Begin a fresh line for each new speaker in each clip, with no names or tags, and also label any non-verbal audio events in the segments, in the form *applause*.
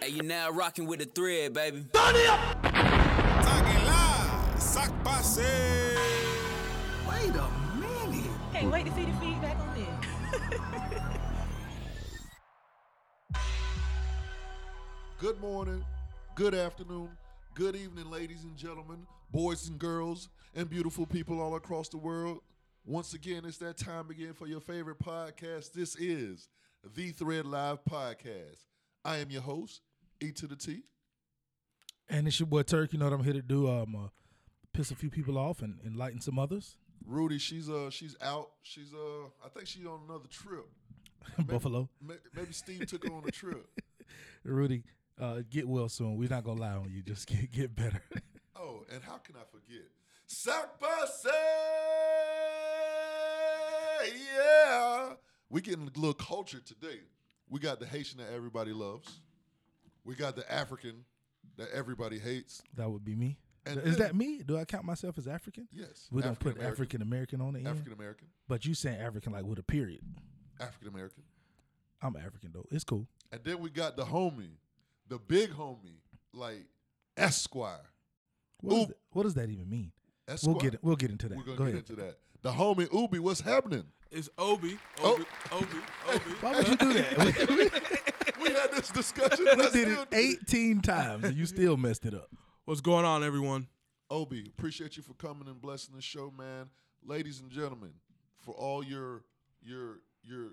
Hey, you now rocking with the thread, baby.
Wait a minute.
Can't wait to see the feedback on this.
Good morning, good afternoon, good evening, ladies and gentlemen, boys and girls, and beautiful people all across the world. Once again, it's that time again for your favorite podcast. This is the Thread Live Podcast. I am your host, E to the T.
And it's your boy Turk. You know what I'm here to do? Um, uh, piss a few people off and enlighten
*laughs*
some others.
Rudy, she's uh she's out. She's uh I think she's on another trip.
Buffalo,
May- Maybe Steve took her on a trip.
Rudy, uh, get well soon. We're not gonna lie on you. Just *laughs* get get better.
Oh, and how can I forget? Sack by say, yeah. We getting a little culture today. We got the Haitian that everybody loves. We got the African that everybody hates.
that would be me.
And
Is
then-
that me? Do I count myself as African?
Yes,
We don't put
African-American.
African American on the end.
African American,
But you saying African like with a period.
African American.
I'm African though. It's cool.
And then we got the homie, the big homie, like Esquire.
What, is
Oop.
that- what does that even mean?
Esquire.
We'll get it. We'll get into that.
We're gonna
Go
get
ahead.
into that. The homie Ubi, what's happening?
It's Obi.
Oh.
Obi. Obi. Obi.
Why would you
*laughs*
do that? We-
We had this discussion.
we
Let's
did
still
it 18 times and you still messed it up.
What's going on, everyone?
Obi, appreciate you for coming and blessing the show, man. Ladies and gentlemen, for all your your your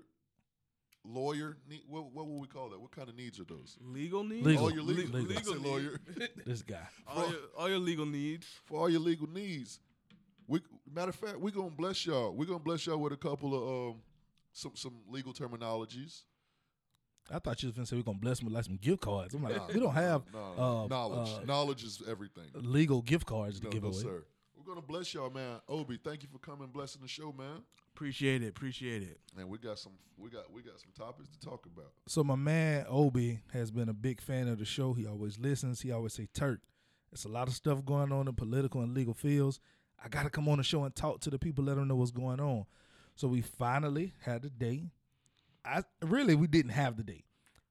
lawyer need, what what would we call that? What kind of needs are those?
Legal needs?
Legal.
All your legal, *laughs*
Legal.
I said
Legal
lawyer
This guy.
All your, all your legal needs.
for all your legal needs. We matter of fact, we're gonna bless y'all. We're gonna bless y'all with a couple of um some some legal terminologies.
I thought you was gonna say we're gonna bless them with like some gift cards. I'm like,
*laughs*
we don't have
No,
uh,
knowledge.
uh,
knowledge is everything.
legal gift cards to
No,
give
no,
away.
sir. We're gonna bless y'all, man. Obi, thank you for coming, and blessing the show, man.
Appreciate it. Appreciate it.
And we got some we got we got some topics to talk about.
So my man Obi has been a big fan of the show. He always listens. He always say Turk. It's a lot of stuff going on in political and legal fields. I gotta come on the show and talk to the people, let them know what's going on. So we finally had the day. I really we didn't have the day.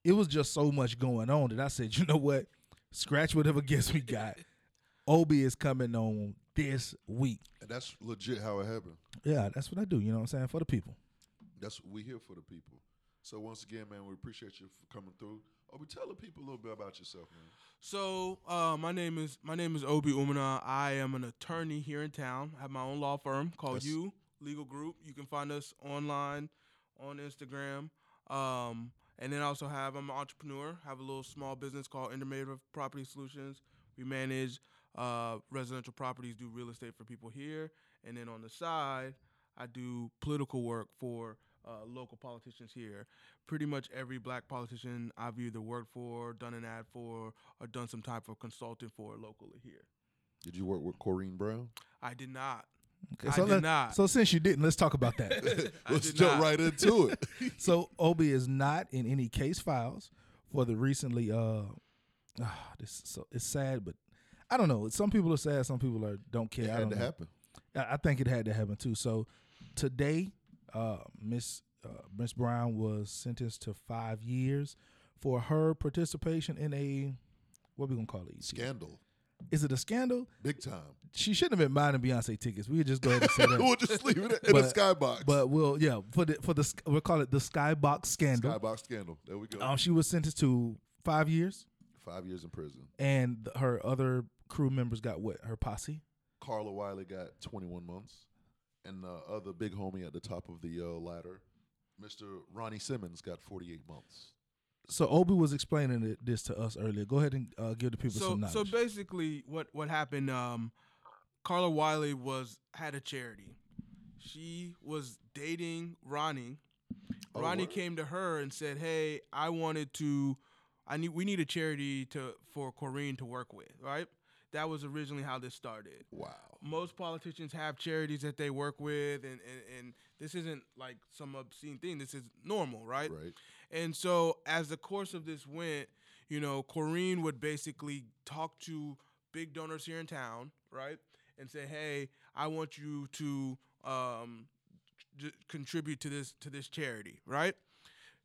It was just so much going on that I said, you know what? Scratch whatever *laughs* guess we got. Obi is coming on this week.
And that's legit how it happened.
Yeah, that's what I do. You know what I'm saying? For the people.
That's what we here for the people. So once again, man, we appreciate you for coming through. Oh, we tell the people a little bit about yourself, man.
So, uh, my name is my name is Obi Umana. I am an attorney here in town. I have my own law firm called
That's-
You Legal Group. You can find us online, on Instagram, um, and then I also have I'm an entrepreneur. I have a little small business called Intermative Property Solutions. We manage uh, residential properties, do real estate for people here, and then on the side, I do political work for uh, local politicians here. Pretty much every black politician I've either worked for, done an ad for, or done some type of consulting for locally here.
Did you work with Corrine
*laughs*
Brown?
I did not.
Okay,
I
so
did
let-
not.
So since you didn't, let's talk about that.
*laughs* I
Let's
did
jump
not.
right into
*laughs*
it.
so Obi is not in any case files for the recently. Uh, ah, this is so it's sad, but I don't know. Some people are sad. Some people are don't care.
it
I
had
don't
to
know.
happen.
I I think it had to happen too. So today, uh, Miss uh, Miss Brown was sentenced to five years for her participation in a what we gonna call it? ET?
Scandal,
Is it a scandal?
big
*laughs*
time.
She shouldn't have been buying Beyonce tickets. We could just go ahead and
*laughs*
say that.
we'll just leave it in the
But-
skybox.
But we'll yeah for the for the sk- we'll call it the skybox scandal.
skybox scandal. There we go.
Um, she was sentenced to five years,
Five years in prison.
and th- her other crew members got what? Her posse.
Carla Wiley got 21 months, and the other big homie at the top of the uh, ladder, Mr. Ronnie Simmons, got 48 months.
So Obi was explaining it, this to us earlier. Go ahead and uh, give the people
so
some knowledge.
so basically what what happened um carla wiley was had a charity she was dating ronnie
Oh,
ronnie
word.
came to her and said hey i wanted to i need we need a charity to for corinne to work with right that was originally how this started
Wow.
most politicians have charities that they work with and and, and this isn't like some obscene thing this is normal right
Right.
and so, as the course of this went, you know, Corrine would basically talk to big donors here in town, right? And say, "Hey, I want you to um, j- contribute to this to this charity, right?"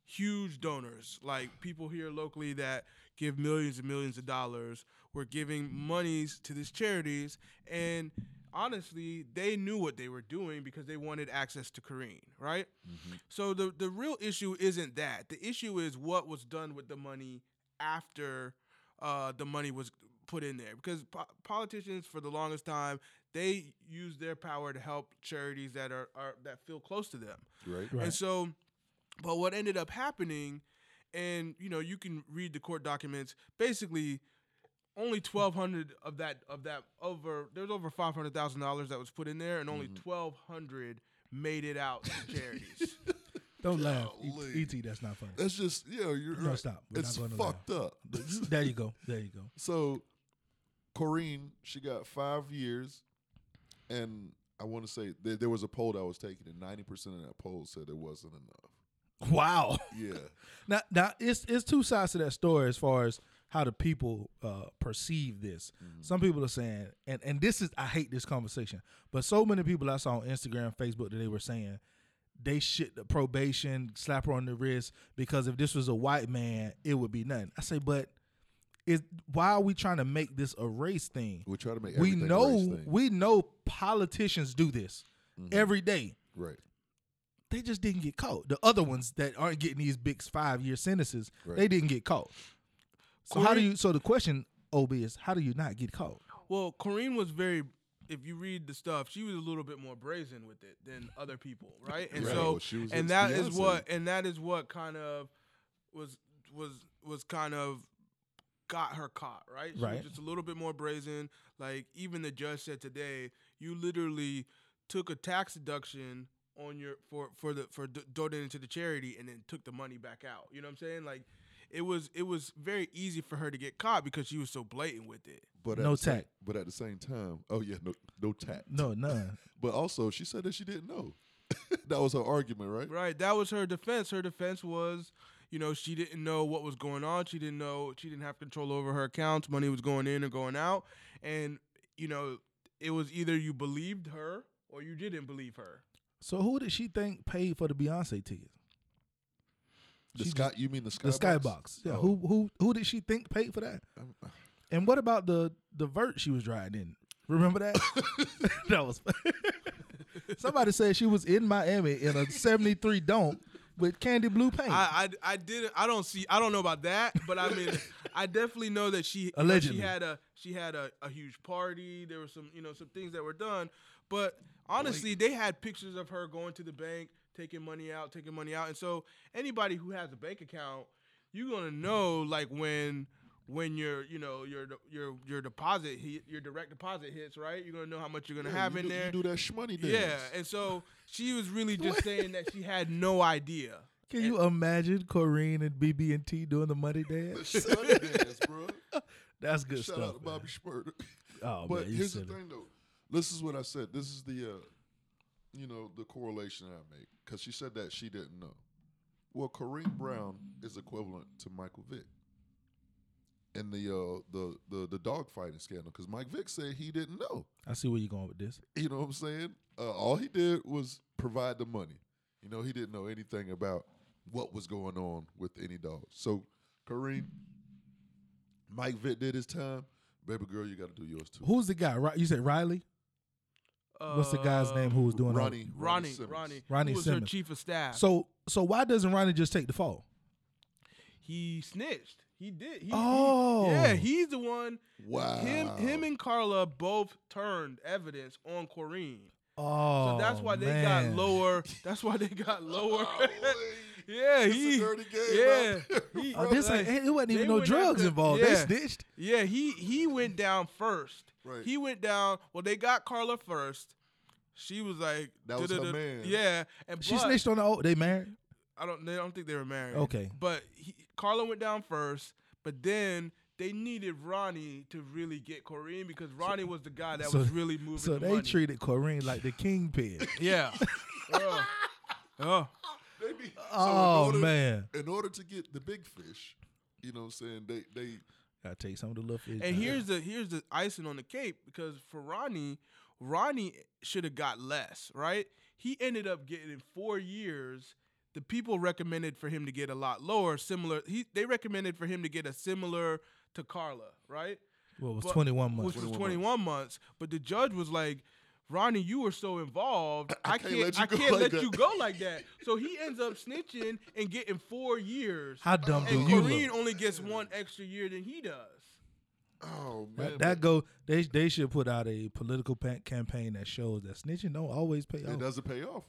huge donors, like people here locally that give millions and millions of dollars, were giving monies to these charities. And honestly, they knew what they were doing because they wanted access to Kareem, right?
Mm-hmm.
So the, the real issue isn't that. The issue is what was done with the money after uh, the money was put in there. Because po- politicians, for the longest time, they use their power to help charities that are, are that feel close to them.
Right.
Right.
And so, but what ended up happening, and you know, you can read the court documents. Basically, only twelve hundred of that of that over there's over five hundred thousand dollars that was put in there, and only hundred made it out to charities.
Don't laugh.
Golly.
E- ET, that's not funny.
That's just yeah. You're
No,
right.
stop. We're
It's
not gonna
fucked up.
*laughs* there you go. There you go.
*laughs* so, Corrine, she got five years, and I want to say there, there was a poll that was taken, and ninety percent of that poll said it wasn't enough.
Wow.
Yeah.
Now, now it's it's two sides to that story as far as how the people uh, perceive this.
Mm-hmm.
Some people are saying, and and this is I hate this conversation, but so many people I saw on Instagram, Facebook that they were saying they shit the probation, slap her on the wrist because if this was a white man, it would be nothing. I say, but is why are we trying to make this a race thing?
*laughs* We try to make
we
everything a
know
race thing. Mm-hmm.
we know politicians do this every day
Right.
they just didn't get caught. The other ones that aren't getting these big five year sentences,
Right.
they didn't get caught. So how do
Corey-
you? So the question, Ob, is how do you not get caught?
Well, Corrine was very. If you read the stuff, she was a little bit more brazen with it than other people, right? And
Right.
so,
Well, she was
and
ex-
that is
Beyonce.
what, and that is what kind of was was was kind of got her caught, right? She
Right.
was just a little bit more brazen. Like even the judge said today, you literally took a tax deduction on your for for the for do- donating to the charity and then took the money back out. You know what I'm saying? Like it was it was very easy for her to get caught because she was so blatant with it.
But
No
at the same-
tact.
but at the same time, oh yeah, no, no tact.
No, none.
But also, she said that she didn't know. *laughs* that was her argument, right?
Right. That was her defense. Her defense was, you know, she didn't know what was going on. She didn't know. She didn't have control over her accounts. Money was going in or going out. And, you know, it was either you believed her or you didn't believe her.
so who did she think paid for the Beyonce tickets?
The
She
sky. You mean the skybox? Um, uh.
The skybox. Yeah.
Oh,
Who who who did she think paid for that?
I'm-
And what about the the vert she was riding in?
*laughs*
Remember that? *laughs* that was. Somebody said she was in Miami in a '73 don't with candy blue paint.
I, I, I didn't. I don't see. I don't know about that, but I
*laughs*
mean, I definitely know that she
Allegedly.
she had a she had a, a huge party. There were some you know some things that were done, but honestly, they had pictures of her going to the bank, taking money out, taking money out, and so anybody who has a bank account, you're gonna know like when when your you know your your your deposit hit, your direct deposit hits right, you're gonna know how much you're gonna
yeah,
have
you
in
do,
there.
You do that shmoney dance.
yeah, and so she was
*laughs*
really just saying that she had no idea.
Can you imagine Corrine and BB and T doing the money *laughs* dance?
*laughs*
shmoney dance, bro.
That's good
Shout
stuff.
out to
man.
Bobby Schmurder.
Oh,
but
man, you
here's the
silly.
thing, though. This is what I said. This is the, uh, you know, the correlation I make because she said that she didn't know. Well, Kareem Brown is equivalent to Michael Vick in the uh, the the the dogfighting scandal because Mike Vick said he didn't know.
I see where you're going with this.
You know what I'm saying? Uh, all he did was provide the money. You know, he didn't know anything about what was going on with any dog. So, Kareem, Mike Vick did his time. Baby girl, you got to do yours too.
Who's the guy? Ri- You said Riley. What's the guy's name who was doing all-
Ronnie,
Uh, Ronnie,
Simmons.
Ronnie,
Ronnie
who was her
Simmons.
chief of staff.
So, so why doesn't Ronnie just take the fall?
he snitched. He did. He, he-
Oh.
yeah, he's the one.
Wow.
Him, him, and Carla both turned evidence on Corrine.
Oh,
So that's why they
man.
got lower. That's why they
*laughs*
got lower. *laughs*
Golly.
yeah,
It's Oh, a
he.
dirty game
yeah,
out there,
he-
Oh, this
like,
ain't, it wasn't even
they
no
went
drugs
after-
involved.
yeah.
They snitched.
Yeah, he he went down first.
*laughs* Right.
He went down. Well, they got Carla first. She was like,
That was her
"Duh-duh-duh."
man.
Yeah, and
She
but-
snitched on the old. They married.
I don't. They don't think they were married.
Okay.
But he, Carla went down first, but then they needed Ronnie to really get Corrine because Ronnie was the guy that
so-
was really moving.
So
the
they
money.
treated Corrine like the kingpin.
*laughs*
*laughs*
Yeah. oh. Oh.
They be- so in
oh
order-
man,
In order to get the big fish, you know what I'm saying? They they
gotta take some of the little fish.
And
man.
here's the here's the icing on the cake because for Ronnie, Ronnie should have got less. Right. He ended up getting four years. the people recommended for him to get a lot lower, similar. He they recommended for him to get a similar to Carla, right?
Well, it was
But-
21
Which
months.
was
21
21 months. But the judge was like, Ronnie, you were so involved. I,
can't
can't,
let you
I
go
can't
like
let
that."
you go like that. So he ends up snitching and getting four years.
How dumb do
and
you
Kareem
look?
only gets one extra year than he does.
Oh man,
That, that
but
go. They they should put out a political pa- campaign that shows that snitching don't always pay
it
off.
doesn't pay off.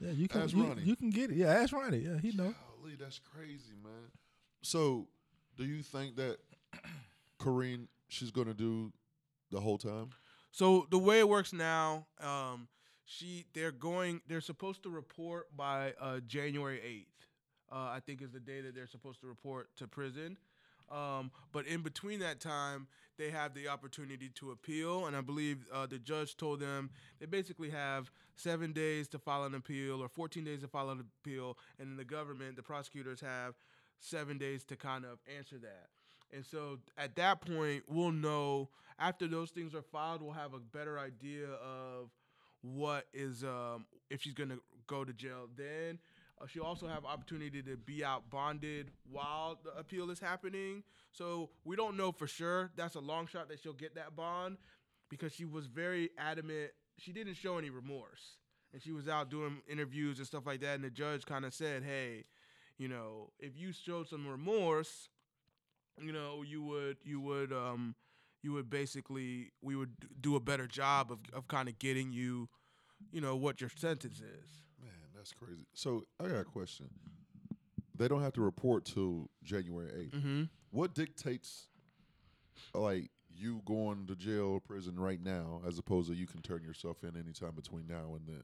Yeah, you can
Ask
you,
Ronnie.
you can get it. Yeah, ask Ronnie. Yeah, he know.
Golly, that's crazy, man. So, do you think that *clears throat* Kareem she's gonna do the whole time?
So the way it works now, um, she they're going they're supposed to report by uh, January eighth. Uh, I think is the day that they're supposed to report to prison. Um, but in between that time, they have the opportunity to appeal, and I believe uh, the judge told them they basically have seven days to file an appeal or 14 days to file an appeal, and then the government, the prosecutors have seven days to kind of answer that. And so at that point, we'll know after those things are filed, we'll have a better idea of what is um, if she's gonna go to jail. Then uh, she'll also have opportunity to be out bonded while the appeal is happening. So we don't know for sure. That's a long shot that she'll get that bond because she was very adamant. She didn't show any remorse, and she was out doing interviews and stuff like that. And the judge kind of said, "Hey, you know, if you showed some remorse." you know, you would you would um you would basically we would d- do a better job of of kind of getting you, you know, what your sentence is.
Man, that's crazy. So I got a question. They don't have to report till January 8th.
Mm-hmm.
What dictates, like, you going to jail or prison right now, as opposed to you can turn yourself in anytime between now and then?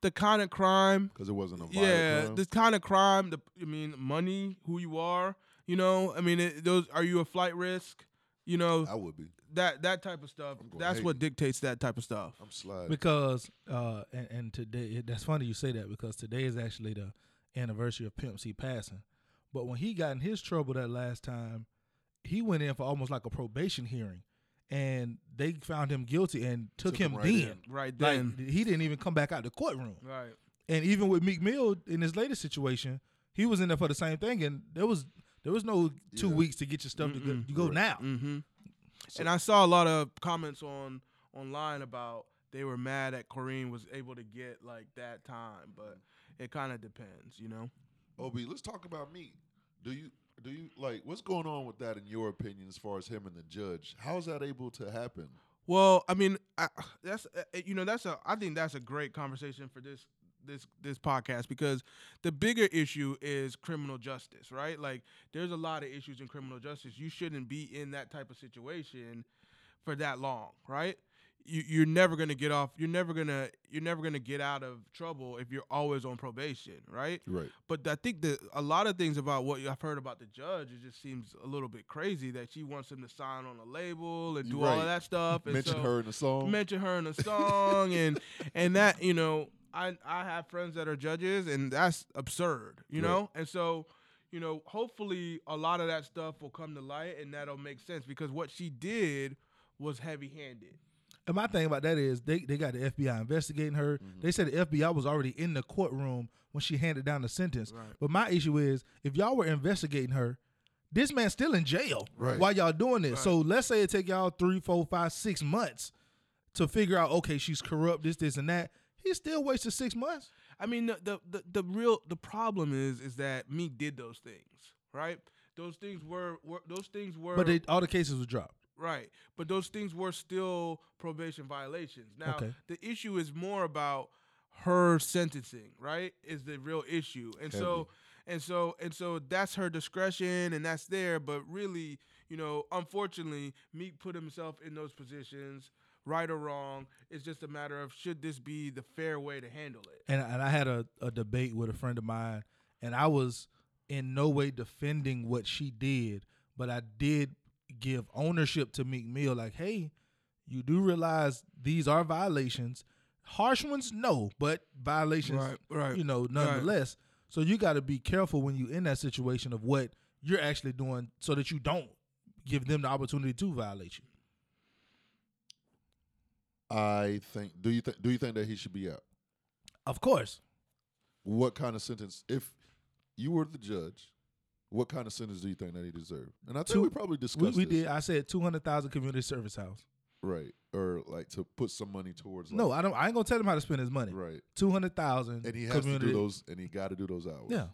The kind of crime,
Because it wasn't a violent
yeah,
crime.
the kind of crime. The I mean, money, who you are, you know, I mean, it, those are you a flight risk, you know,
I would be.
that that type of stuff.
I'm going
That's
Haiti.
what dictates that type of stuff.
I'm sliding.
Because uh, and, and today it- that's funny you say that because today is actually the anniversary of Pimp C passing. But when he got in his trouble that last time, he went in for almost like a probation hearing, and they found him guilty and took,
Took him
him,
right
then.
in.
Right
Like
then,
he didn't even come back out the courtroom.
right.
And even with Meek Mill in his latest situation, he was in there for the same thing, and there was there was no two
Yeah.
weeks to get your stuff to go,
Mm-mm.
you go
Correct.
now.
Mm-hmm. and I saw a lot of comments on online about they were mad at Kareem was able to get like that time, but it kind of depends, you know.
Ob, let's talk about me. Do you do you like what's going on with that in your opinion as far as him and the judge? How is that able to happen?
Well, I mean, I, that's uh, you know that's a I think that's a great conversation for this this this podcast because the bigger issue is criminal justice, right? Like there's a lot of issues in criminal justice. You shouldn't be in that type of situation for that long, right? You you're never going to get off. You're never going to you're never going to get out of trouble if you're always on probation, right?
Right.
But I think that a lot of things about what I've heard about the judge, it just seems a little bit crazy that she wants him to sign on a label and do all
Right.
of that stuff. And
Mention
so-
her in the song.
mention her
*laughs*
in a song, and and that you know, I I have friends that are judges, and that's absurd, you
Right.
know. And so, you know, hopefully a lot of that stuff will come to light, and that'll make sense because what she did was heavy-handed.
And my thing about that is they, they got the FBI investigating her. They said the FBI was already in the courtroom when she handed down the sentence.
Right.
But my issue is if y'all were investigating her, this man's still in jail
Right.
while y'all doing this. So let's say it take y'all three, four, five, six months to figure out, okay, she's corrupt, this, this, and that. He still wasted six months.
I mean, the, the the the real the problem is is that Meek did those things, right? Those things were, were those things were
But they, all the cases were dropped.
Right. But those things were still probation violations. Now,
Okay.
the issue is more about her sentencing, right? Is the real issue. And so and so and so that's her discretion and that's there, but really, you know, unfortunately, Meek put himself in those positions, right or wrong. It's just a matter of should this be the fair way to handle it?
and and I had a, a debate with a friend of mine, and I was in no way defending what she did, but I did give ownership to Meek Mill. Like, hey, you do realize these are violations, harsh ones, no, but violations,
Right, right,
you know, nonetheless. So you got to be careful when you in that situation of what you're actually doing, so that you don't give them the opportunity to violate you.
I think do you think do you think that he should be out?
Of course,
What kind of sentence if you were the judge, what kind of sentence do you think that he deserved? And I think
Two-
we probably discussed
We, we
this.
did. I said two hundred thousand community service house.
right, or like to put some money towards. Like,
No, I don't. I ain't gonna tell him how to spend his money.
right,
Two hundred thousand.
and he has to do those, and he got to do those hours.
Yeah.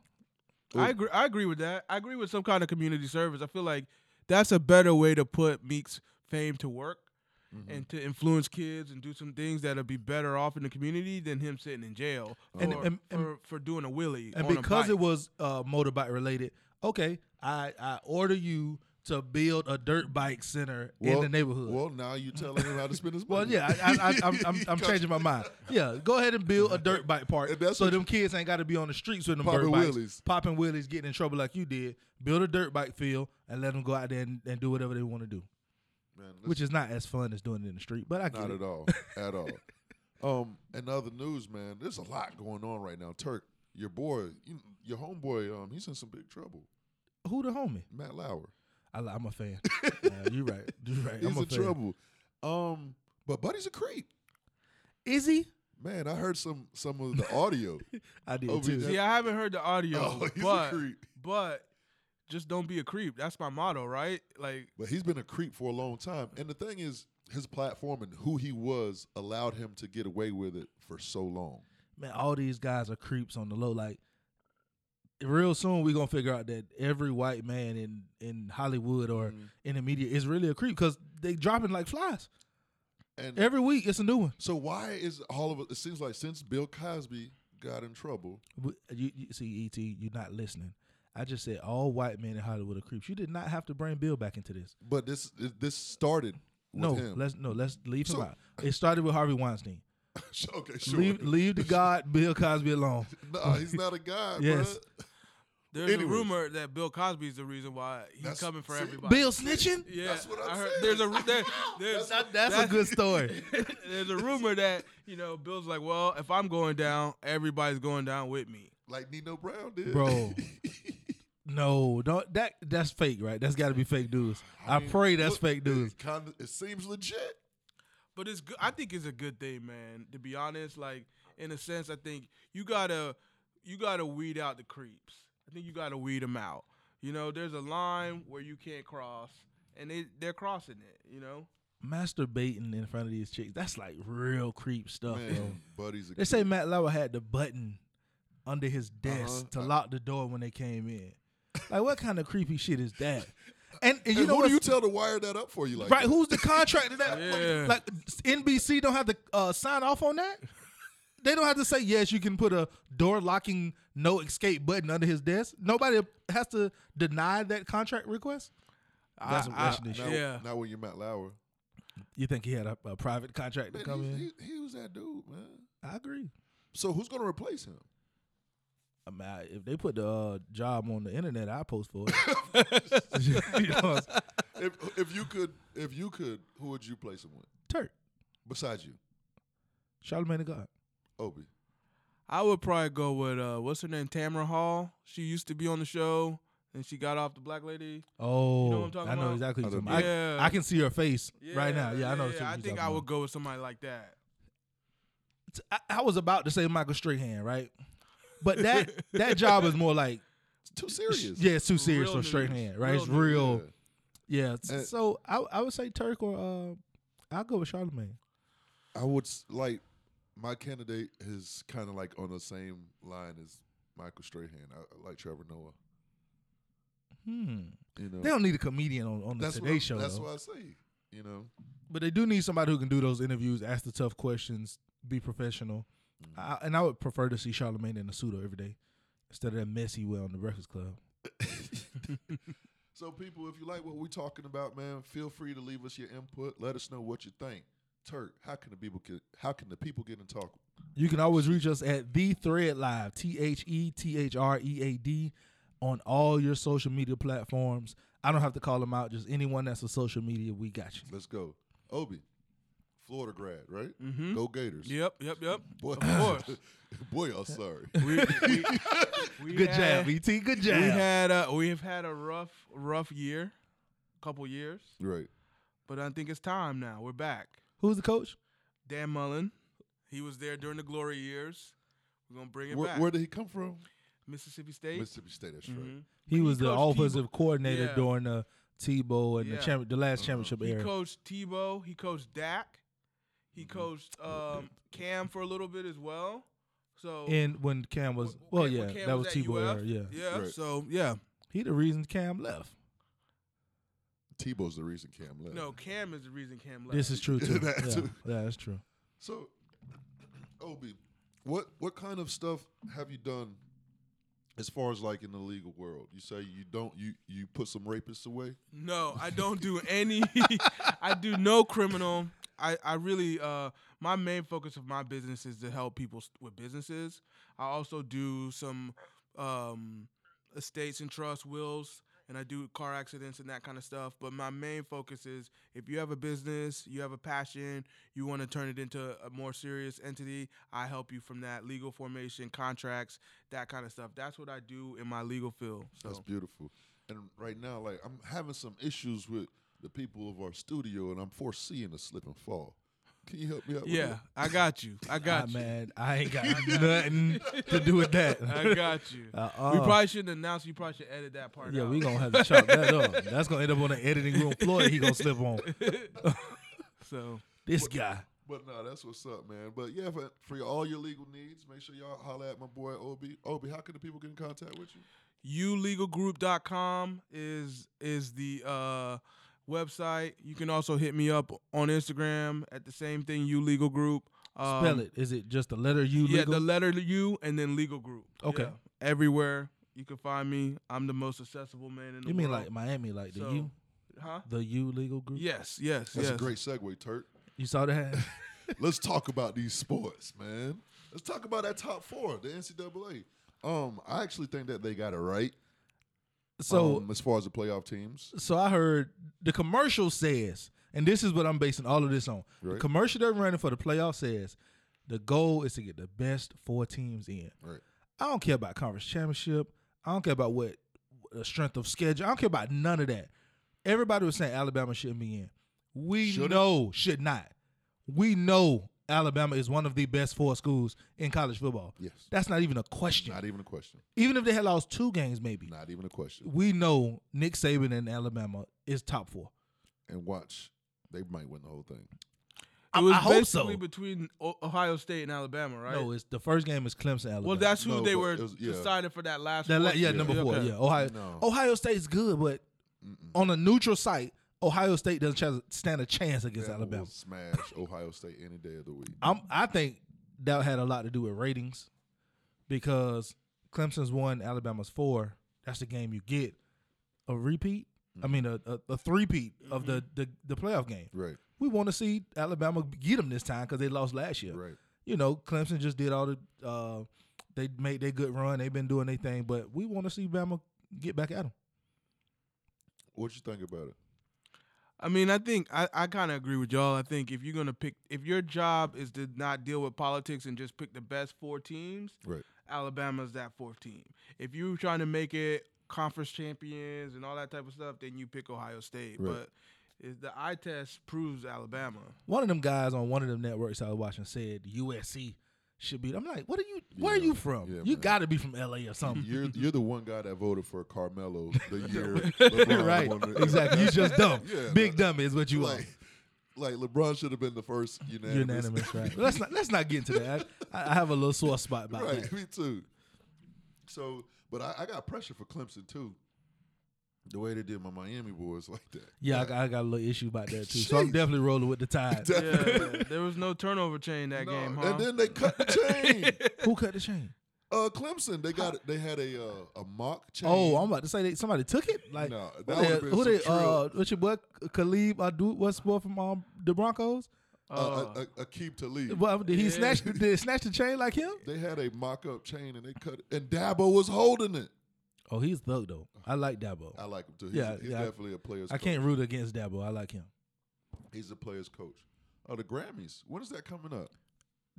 I agree. I agree with that. I agree with some kind of community service. I feel like that's a better way to put Meek's fame to work
Mm-hmm.
and to influence kids and do some things that'll be better off in the community than him sitting in jail for,
Oh, uh,
And- and- and-
for, for doing a willy.
And
on a
because it
bike.
was uh, motorbike related, okay, I I order you to build a dirt bike center in the neighborhood.
Well, now you're telling him how to spend his money.
*laughs* Well, yeah,
*laughs*
I, I, I, I'm, I'm, I'm
Because
changing my mind. Yeah, go ahead and build a
*laughs*
dirt bike park
And that's
so
what
them kids ain't got to be on the streets with them
Popping
dirt bikes,
wheelies.
popping wheelies, getting in trouble like you did. Build a dirt bike field and let them go out there and, and do whatever they want to do,
man, listen,
which is not as fun as doing it in the street. But I get
not
it.
at all, at all.
*laughs*
Um, and other news, man. There's a lot going on right now. Turk, your boy, you, your homeboy, um, he's in some big trouble.
Who the homie?
Matt Lauer,
I, li- I'm
*laughs*
a fan. yeah, you right. You right.
he's
I'm a
in
fan.
trouble. Um, but Buddy's a creep,
Is he?
man. I heard some some of the
*laughs*
audio.
I did
Over
too.
there.
See, I haven't heard the audio,
Oh, *laughs* he's a
but
creep.
but just don't be a creep. That's my motto, right? Like
But he's been a creep for a long time. And the thing is, his platform and who he was allowed him to get away with it for so long.
Man, all these guys are creeps on the low. Like, real soon we gonna figure out that every white man in in Hollywood or in the media is really a creep because they dropping like flies
And
every week. It's a new one.
so why is all of it? It seems like since Bill Cosby got in trouble,
W- You, you see, et, you're not listening. I just said all white men in Hollywood are creeps. You did not have to bring Bill back into this.
but this this started with
no,
him.
let's no, let's leave
So-
him out. It started with Harvey Weinstein.
*laughs* okay, sure.
Leave leave the god Bill Cosby *laughs* alone.
no, he's not a guy.
*laughs* Yes.
bruh.
there's
Anyways.
a rumor that Bill Cosby is the reason why he's
That's-
coming for
see,
everybody.
Bill snitching.
yeah,
That's what I'm
I heard,
saying.
There's a ru-
*laughs*
there, there's,
That- that's a good story.
*laughs* there's a rumor that you know Bill's like, well, if I'm going down, everybody's going down with me.
like Nino Brown did, *laughs*
Bro. No, don't that that's fake, right? That's got to be fake news. I pray that's
Look,
fake news.
It, kinda, it seems legit.
But it's good. I think it's a good thing, man. To be honest, like in a sense, I think you gotta you gotta weed out the creeps. I think you gotta weed them out. You know, there's a line where you can't cross, and they they're crossing it. You know,
Masturbating in front of these chicks, that's like real creep stuff, bro.
Man, buddy's a
They say Matt Lauer had the button under his
Uh-huh.
desk to lock the door when they came in. Like what kind of creepy shit is that? And, and you know
who
what
do you tell to wire that up for you? Like
Right,
that?
who's the contractor that
Yeah.
like NBC don't have to uh, sign off on that? They don't have to say yes, you can put a door locking no escape button under his desk. Nobody has to deny that contract request. That's some
I-
Russian
Now,
shit.
Yeah.
now when you're Matt Lauer,
You think he had a, a private contract to come
Man,
in?
he, he, he was that dude, man.
I agree.
So who's gonna replace him?
I mean, I, if they put the uh, job on the internet, I post *laughs* for it. you know, what I'm saying?
If if you could, if you could, who would you place him with
Turk,
besides you,
Charlemagne the God.
Obi?
I would probably go with uh, what's her name, Tamara Hall. She used to be on the show, and she got off the black lady.
Oh,
You know what I'm talking
I know
about?
exactly.
I
What you're
don't
talking
know.
about. I, I can see her face right now. Yeah, I know.
I think I would go with somebody like that.
t- I, I was about to say Michael Strahan, right? But that that job is more like
It's too *laughs* serious.
*laughs* yeah, it's too serious
Real
for
news.
Strahan, right?
Real
it's
news.
real,
Yeah.
yeah. s-
And-
so I I would say Turk or uh, I'll go with Charlemagne.
I would s- like my candidate is kind of like on the same line as Michael Strahan. I, I like Trevor Noah.
Hmm.
You know,
They don't need a comedian on, on the
that's what
Today
I'm-
Show,
That's
though.
what I say. You know,
but they do need somebody who can do those interviews, ask the tough questions, be professional.
Mm.
I, and I would prefer to see Charlemagne in a pseudo every day instead of that mess he wear on the Breakfast Club.
So, people, if you like what we're talking about, man, feel free to leave us your input. Let us know what you think. Turk, how can the people get? How can the people get in talk?
You can always reach us at The Thread Live, T H E T H R E A D, on all your social media platforms. I don't have to call them out. Just anyone that's a social media, we got you.
Let's go, Obi, Florida grad, right? Go Gators.
Yep, yep, yep.
*laughs* Boy,
Of
*laughs*
course.
boy, I'm sorry.
we, we, we
Good
had-
job, ET. Good
We
job.
had a, we've had a rough rough year, couple years,
right.
but I think it's time now. We're back.
Who's the coach?
Dan Mullen, he was there during the glory years. We're gonna bring it
Where,
back.
where did he come from?
Mississippi State.
Mississippi State, that's right.
Mhm.
He was the
coached
offensive coordinator
Yeah.
during the Tebow and the
Yeah.
champ- the last championship
He
era.
coached Tebow. He coached Dak. He coached um, Cam for a little bit as well. So
and when Cam was
when-
well,
when
yeah,
Cam
that was
at
Tebow
UF,
era. Yeah.
yeah.
Right.
So yeah,
he the reason Cam left.
Tebow's the reason Cam left.
no, Cam is the reason Cam left.
This
*laughs*
is true too.
That
yeah.
too.
yeah, that's true.
So, Obi, what what kind of stuff have you done as far as like in the legal world? You say you don't you you put some rapists away.
No, I don't do any. *laughs* I do no criminal. I, I really uh my main focus of my business is to help people s- with businesses. I also do some um estates and trust wills and I do car accidents and that kind of stuff, but my main focus is if you have a business, you have a passion, you want to turn it into a more serious entity, I help you from that legal formation, contracts, that kind of stuff. That's what I do in my legal field. So
That's beautiful. And right now, like I'm having some issues with the people of our studio, and I'm foreseeing a slip and fall. Can you help me out? with
yeah,
*laughs* that?
I got you. I
Ah,
got you.
man,
*laughs*
I ain't got nothing to do with that.
I got you.
Uh,
we
uh.
probably shouldn't announce. You probably should edit that part.
yeah,
out.
we gonna have to chop that up. That's gonna end up on the editing room floor. that He gonna slip on
*laughs* So
this guy.
But no, that's what's up, man. But yeah, for, for your- all your legal needs, make sure y'all holler at my boy Obi. Obi, how can the people get in contact with you?
youlegalgroup.com is is the uh, website. You can also hit me up on Instagram at the same thing. You legal group. Um,
Spell it. Is it just the letter U?
Yeah,
legal?
the letter U and then legal group.
Okay.
Yeah. Everywhere you can find me. I'm the most accessible man in the
you mean
world.
like Miami, like the
So-
U,
huh?
the U legal group?
Yes, yes,
That's
yes.
a great segue, Turk.
You
*laughs*
saw that?
Let's talk about these sports, man. Let's talk about that top four, the NCAA. Um, I actually think that they got it right.
so
um, as far as the playoff teams,
so I heard the commercial says, and this is what I'm basing all of this on. The
Right.
commercial they're running for the playoff says the goal is to get the best four teams in.
right?
I don't care about conference championship. I don't care about what the strength of schedule. I don't care about none of that. Everybody was saying Alabama shouldn't be in. We
Shouldn't?
know should not. We know Alabama is one of the best four schools in college football.
Yes.
That's not even a question.
Not even a question.
even if they had lost two games, maybe.
Not even a question.
we know Nick Saban and Alabama is top four.
And watch, they might win the whole thing.
I-
it was
I hope so.
basically between O- Ohio State and Alabama, right?
No, it's the first game is Clemson, Alabama.
Well, that's who
No,
they
but
were
it was- yeah.
decided for that last.
That la-
one.
yeah, number four.
okay.
Yeah, Ohio.
No.
Oh. Ohio State's good, but on a neutral site, Ohio State doesn't chas- stand a chance against
Alabama
Alabama.
will smash Ohio State any day of the
*laughs*
week.
I'm, I think that had a lot to do with ratings because Clemson's one, Alabama's four. That's the game you get a repeat. I mean, a, a, a three-peat of the, the the playoff game.
Right.
We want to see Alabama get them this time because they lost last year.
Right.
you know, Clemson just did all the uh, they made their good run. They've been doing their thing, but we want to see Bama get back at them.
What you think about it?
I mean, I think I, I kind of agree with y'all. I think if you're gonna pick, if your job is to not deal with politics and just pick the best four teams,
Right.
Alabama's that fourth team. If you're trying to make it conference champions and all that type of stuff, then you pick Ohio State.
Right.
But is the eye test proves Alabama.
One of them guys on one of them networks I was watching said USC should be. I'm like, what are you? Where are
Yeah.
you from?
Yeah,
you
man.
got to be from LA or *laughs* something.
You're you're the one guy that voted for Carmelo the
*laughs*
year LeBron
right,
won the- *laughs*
exactly. You just dumb,
Yeah,
big
no.
dumb is what you are.
like, like LeBron should have been the first unanimous. *laughs*
Unanimous, right? Let's not let's not get into that. I, I have a little sore spot about
right, *laughs*
that.
me too. So, but I, I got pressure for Clemson too. The way they did my Miami boys *laughs* like that.
Yeah, I got, I got a little issue about that too. So I'm
Jeez.
definitely rolling with
*laughs*
the tide.
Yeah, *laughs* there was no turnover chain that
No,
game, huh?
And then they cut the chain.
*laughs* Who cut the chain?
uh, Clemson, they got they had a uh, a mock chain.
Oh, I'm about to say that somebody took it. Like
No, that
who they,
would've been
who they
some
uh, what's your boy Khalib Adu? What's boy from um, the Broncos?
uh, a, a, a keep to leave.
Well, did he
Yeah.
snatch did he snatch the chain like him?
They had a mock up chain and they cut it. And Dabo was holding it.
Oh, he's thug though. I like Dabo.
I like him too. He's,
Yeah,
he's
yeah, I-
definitely a player's.
I
coach.
can't root against Dabo. I like him.
He's a player's coach. Oh, the Grammys. When is that coming up?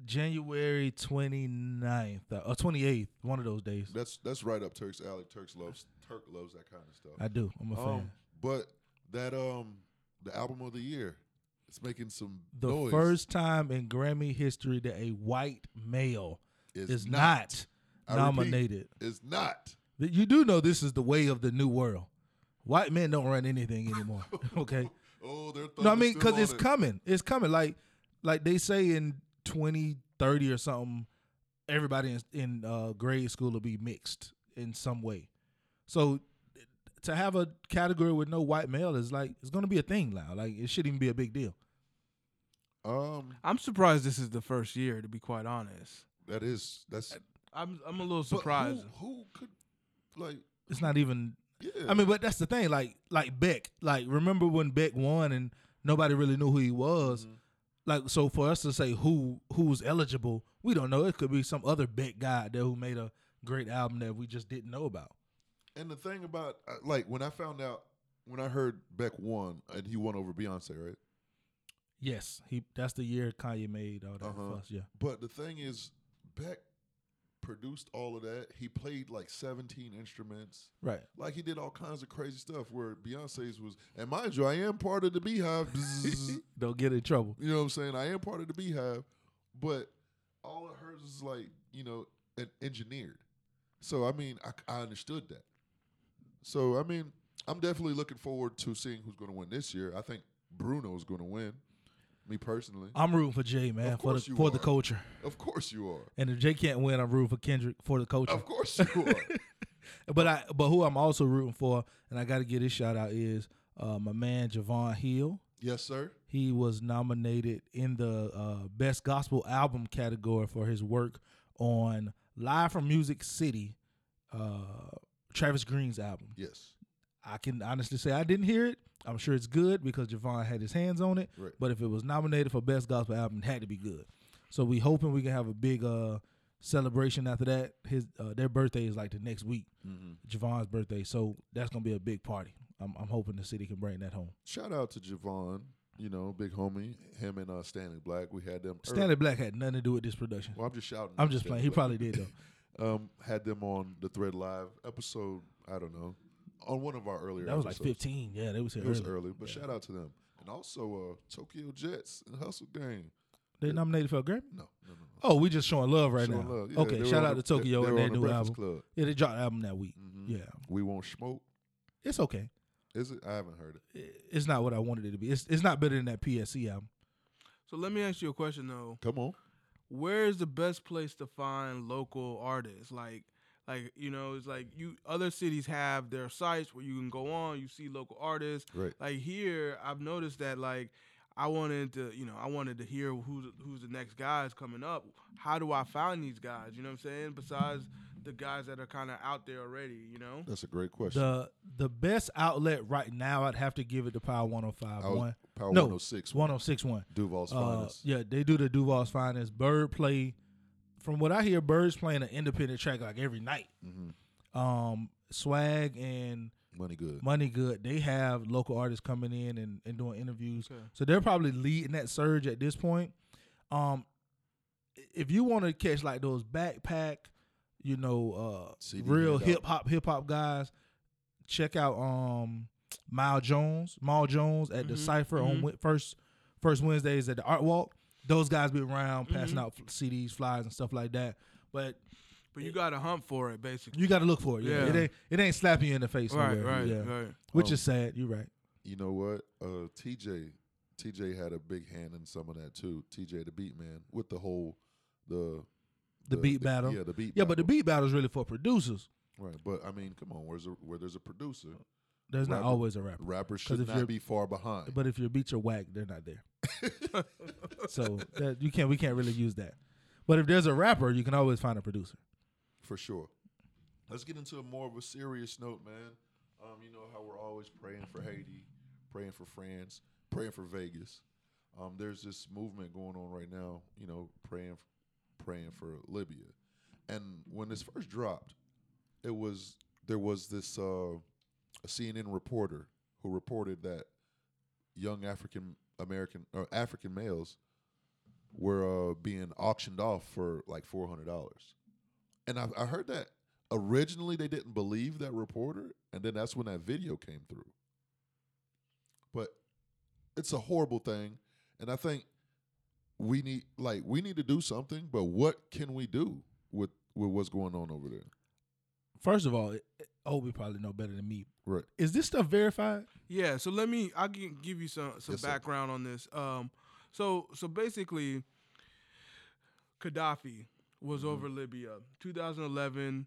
January 29th uh, or 28th, one of those days.
That's that's right up Turk's alley. Turk's loves Turk loves that kind of stuff.
I do. I'm a fan.
Um, but that um, the album of the year, it's making some
the
noise.
first time in Grammy history that a white male
Is
is
not.
not,
I repeat,
nominated.
it's not.
That You do know this is the way of the new world. White men don't run anything
*laughs*
anymore. Okay.
Oh, they're
no, I mean,
because
because it's coming. It's coming. Like, like they say in 2030 or something, everybody in, in uh, grade school will be mixed in some way. So to have a category with no white male is like it's gonna be a thing now. Like it shouldn't even be a big deal.
Um,
I'm surprised this is the first year. To be quite honest,
that is that's
Uh,
I'm I'm a little
but who-
surprised.
Who, could like?
It's not even.
Yeah,
I mean, but that's the thing. Like, like Beck. Like, remember when Beck won and nobody really knew who he was.
Mm-hmm.
Like, so for us to say who who's eligible, we don't know. It could be some other Beck guy out there who made a great album that we just didn't know about.
and the thing about uh, like when I found out when I heard Beck won and he won over Beyonce, right?
Yes, he. That's the year Kanye made all that
Uh-huh.
fuss. Yeah,
But the thing is, Beck produced all of that. He played like 17 instruments.
right.
Like he did all kinds of crazy stuff where Beyonce's was, and mind you, I am part of the Beehive. *laughs* Bzzz.
Don't get in trouble.
you know what I'm saying? I am part of the Beehive, but all of hers is like you know en- engineered. So I mean, I, I understood that. So I mean, I'm definitely looking forward to seeing who's going to win this year. I think Bruno's going to win. Me personally,
I'm rooting for Jay, man,
Of
for the
course you
for the
are.
culture.
of course you are.
And if Jay can't win, I'm rooting for Kendrick for the culture.
Of course you are.
But I but who I'm also rooting for, and I got to give this shout out is uh, my man Javon Hill.
yes, sir.
He was nominated in the uh, best gospel album category for his work on Live from Music City, uh, Travis Green's album.
Yes.
I can honestly say I didn't hear it. I'm sure it's good because Javon had his hands on it.
Right.
But if it was nominated for best gospel album, it had to be good. So we hoping we can have a big uh celebration after that. His uh, their birthday is like the next week, Javon's birthday. So that's gonna be a big party. I'm, I'm hoping the city can bring that home.
Shout out to Javon, you know, big homie. Him and uh, Stanley Black, we had them. ear-
Stanley Black had nothing to do with this production.
Well, I'm just shouting.
I'm
out
just playing.
Stanley
He
Black.
probably did though.
um, had them on the Thread Live episode. I don't know, on one of our earlier.
That was like
episodes.
15. Yeah, they was here.
It was
early.
early, but shout out to them. And also uh, Tokyo Jets and Hustle Gang.
They nominated for a Grammy.
No, no, no.
Oh, we just showing love right
Showing
now.
love. Yeah, they
okay,
were
shout
on
out
the-
to Tokyo
they- they
and
were on
their
the
new
Breakfast
album.
Club.
Yeah, they dropped the album that week.
Mhm.
Yeah,
We won't smoke.
it's okay.
Is it? I haven't heard it.
it's not what I wanted it to be. It's it's not better than that PSE album.
So let me ask you a question though.
Come on.
where is the best place to find local artists like like you know it's like you other cities have their sites where you can go on you see local artists
Right.
like here i've noticed that like i wanted to you know i wanted to hear who's who's the next guys coming up how do i find these guys you know what i'm saying besides the guys that are kind of out there already you know
That's a great question.
The the best outlet right now, I'd have to give it to Power One Hundred Five
I was-
One.
Power
no,
106.
One Hundred Six One.
Duval's
Uh,
finest.
yeah, they do the Duval's Finest. Bird play. From what I hear, Bird's playing an independent track like every night. Um, Swag and
Mm-hmm. Money good.
Money Good, they have local artists coming in and, and doing interviews.
Okay.
So they're probably leading that surge at this point. Um, i- if you want to catch like those backpack, you know, uh,
CD
real
handout.
hip hop hip hop guys, check out um Mal Jones, Mal Jones
Mm-hmm,
at the Cipher on Wed- first first Wednesdays at the Art Walk. Those guys be around
Mm-hmm.
passing out f- CDs, flyers, and stuff like that. But
but you got to hunt for it basically
you got to look for it. Yeah.
Yeah.
It ain't it ain't slapping you in the face.
right
nowhere.
right
Yeah.
right Oh.
Which
Um,
is sad. You're right.
You know what? Uh, TJ, TJ had a big hand in some of that too. TJ the Beat Man with the whole the
The beat battle.
Yeah, the beat.
Yeah, but the beat battle is really for producers.
Right, but I mean, come on. Where's a, where there's a producer,
There's
Rapper.
not always a rapper.
rappers should
if you're-
not be far behind.
But if your beats are whack, they're not there. so that, you can't we can't really use that. But if there's a rapper, you can always find a producer.
for sure. Let's get into a more of a serious note, man. Um, you know how we're always praying for Haiti, praying for France, praying for Vegas. Um, there's this movement going on right now, you know, praying, praying for Libya. And when this first dropped, it was there was this uh, a CNN reporter who reported that young African American or African males were uh, being auctioned off for like four hundred dollars and I, I heard that originally they didn't believe that reporter, and then that's when that video came through. But it's a horrible thing, and I think we need like we need to do something. But what can we do with with what's going on over there?
First of all, it- it- Obi probably know better than me.
Right.
Is this stuff verified?
Yeah, so let me I can give you some some
Yes, sir.
background on this. Um so so basically Gaddafi was
Mm-hmm.
over Libya. 2011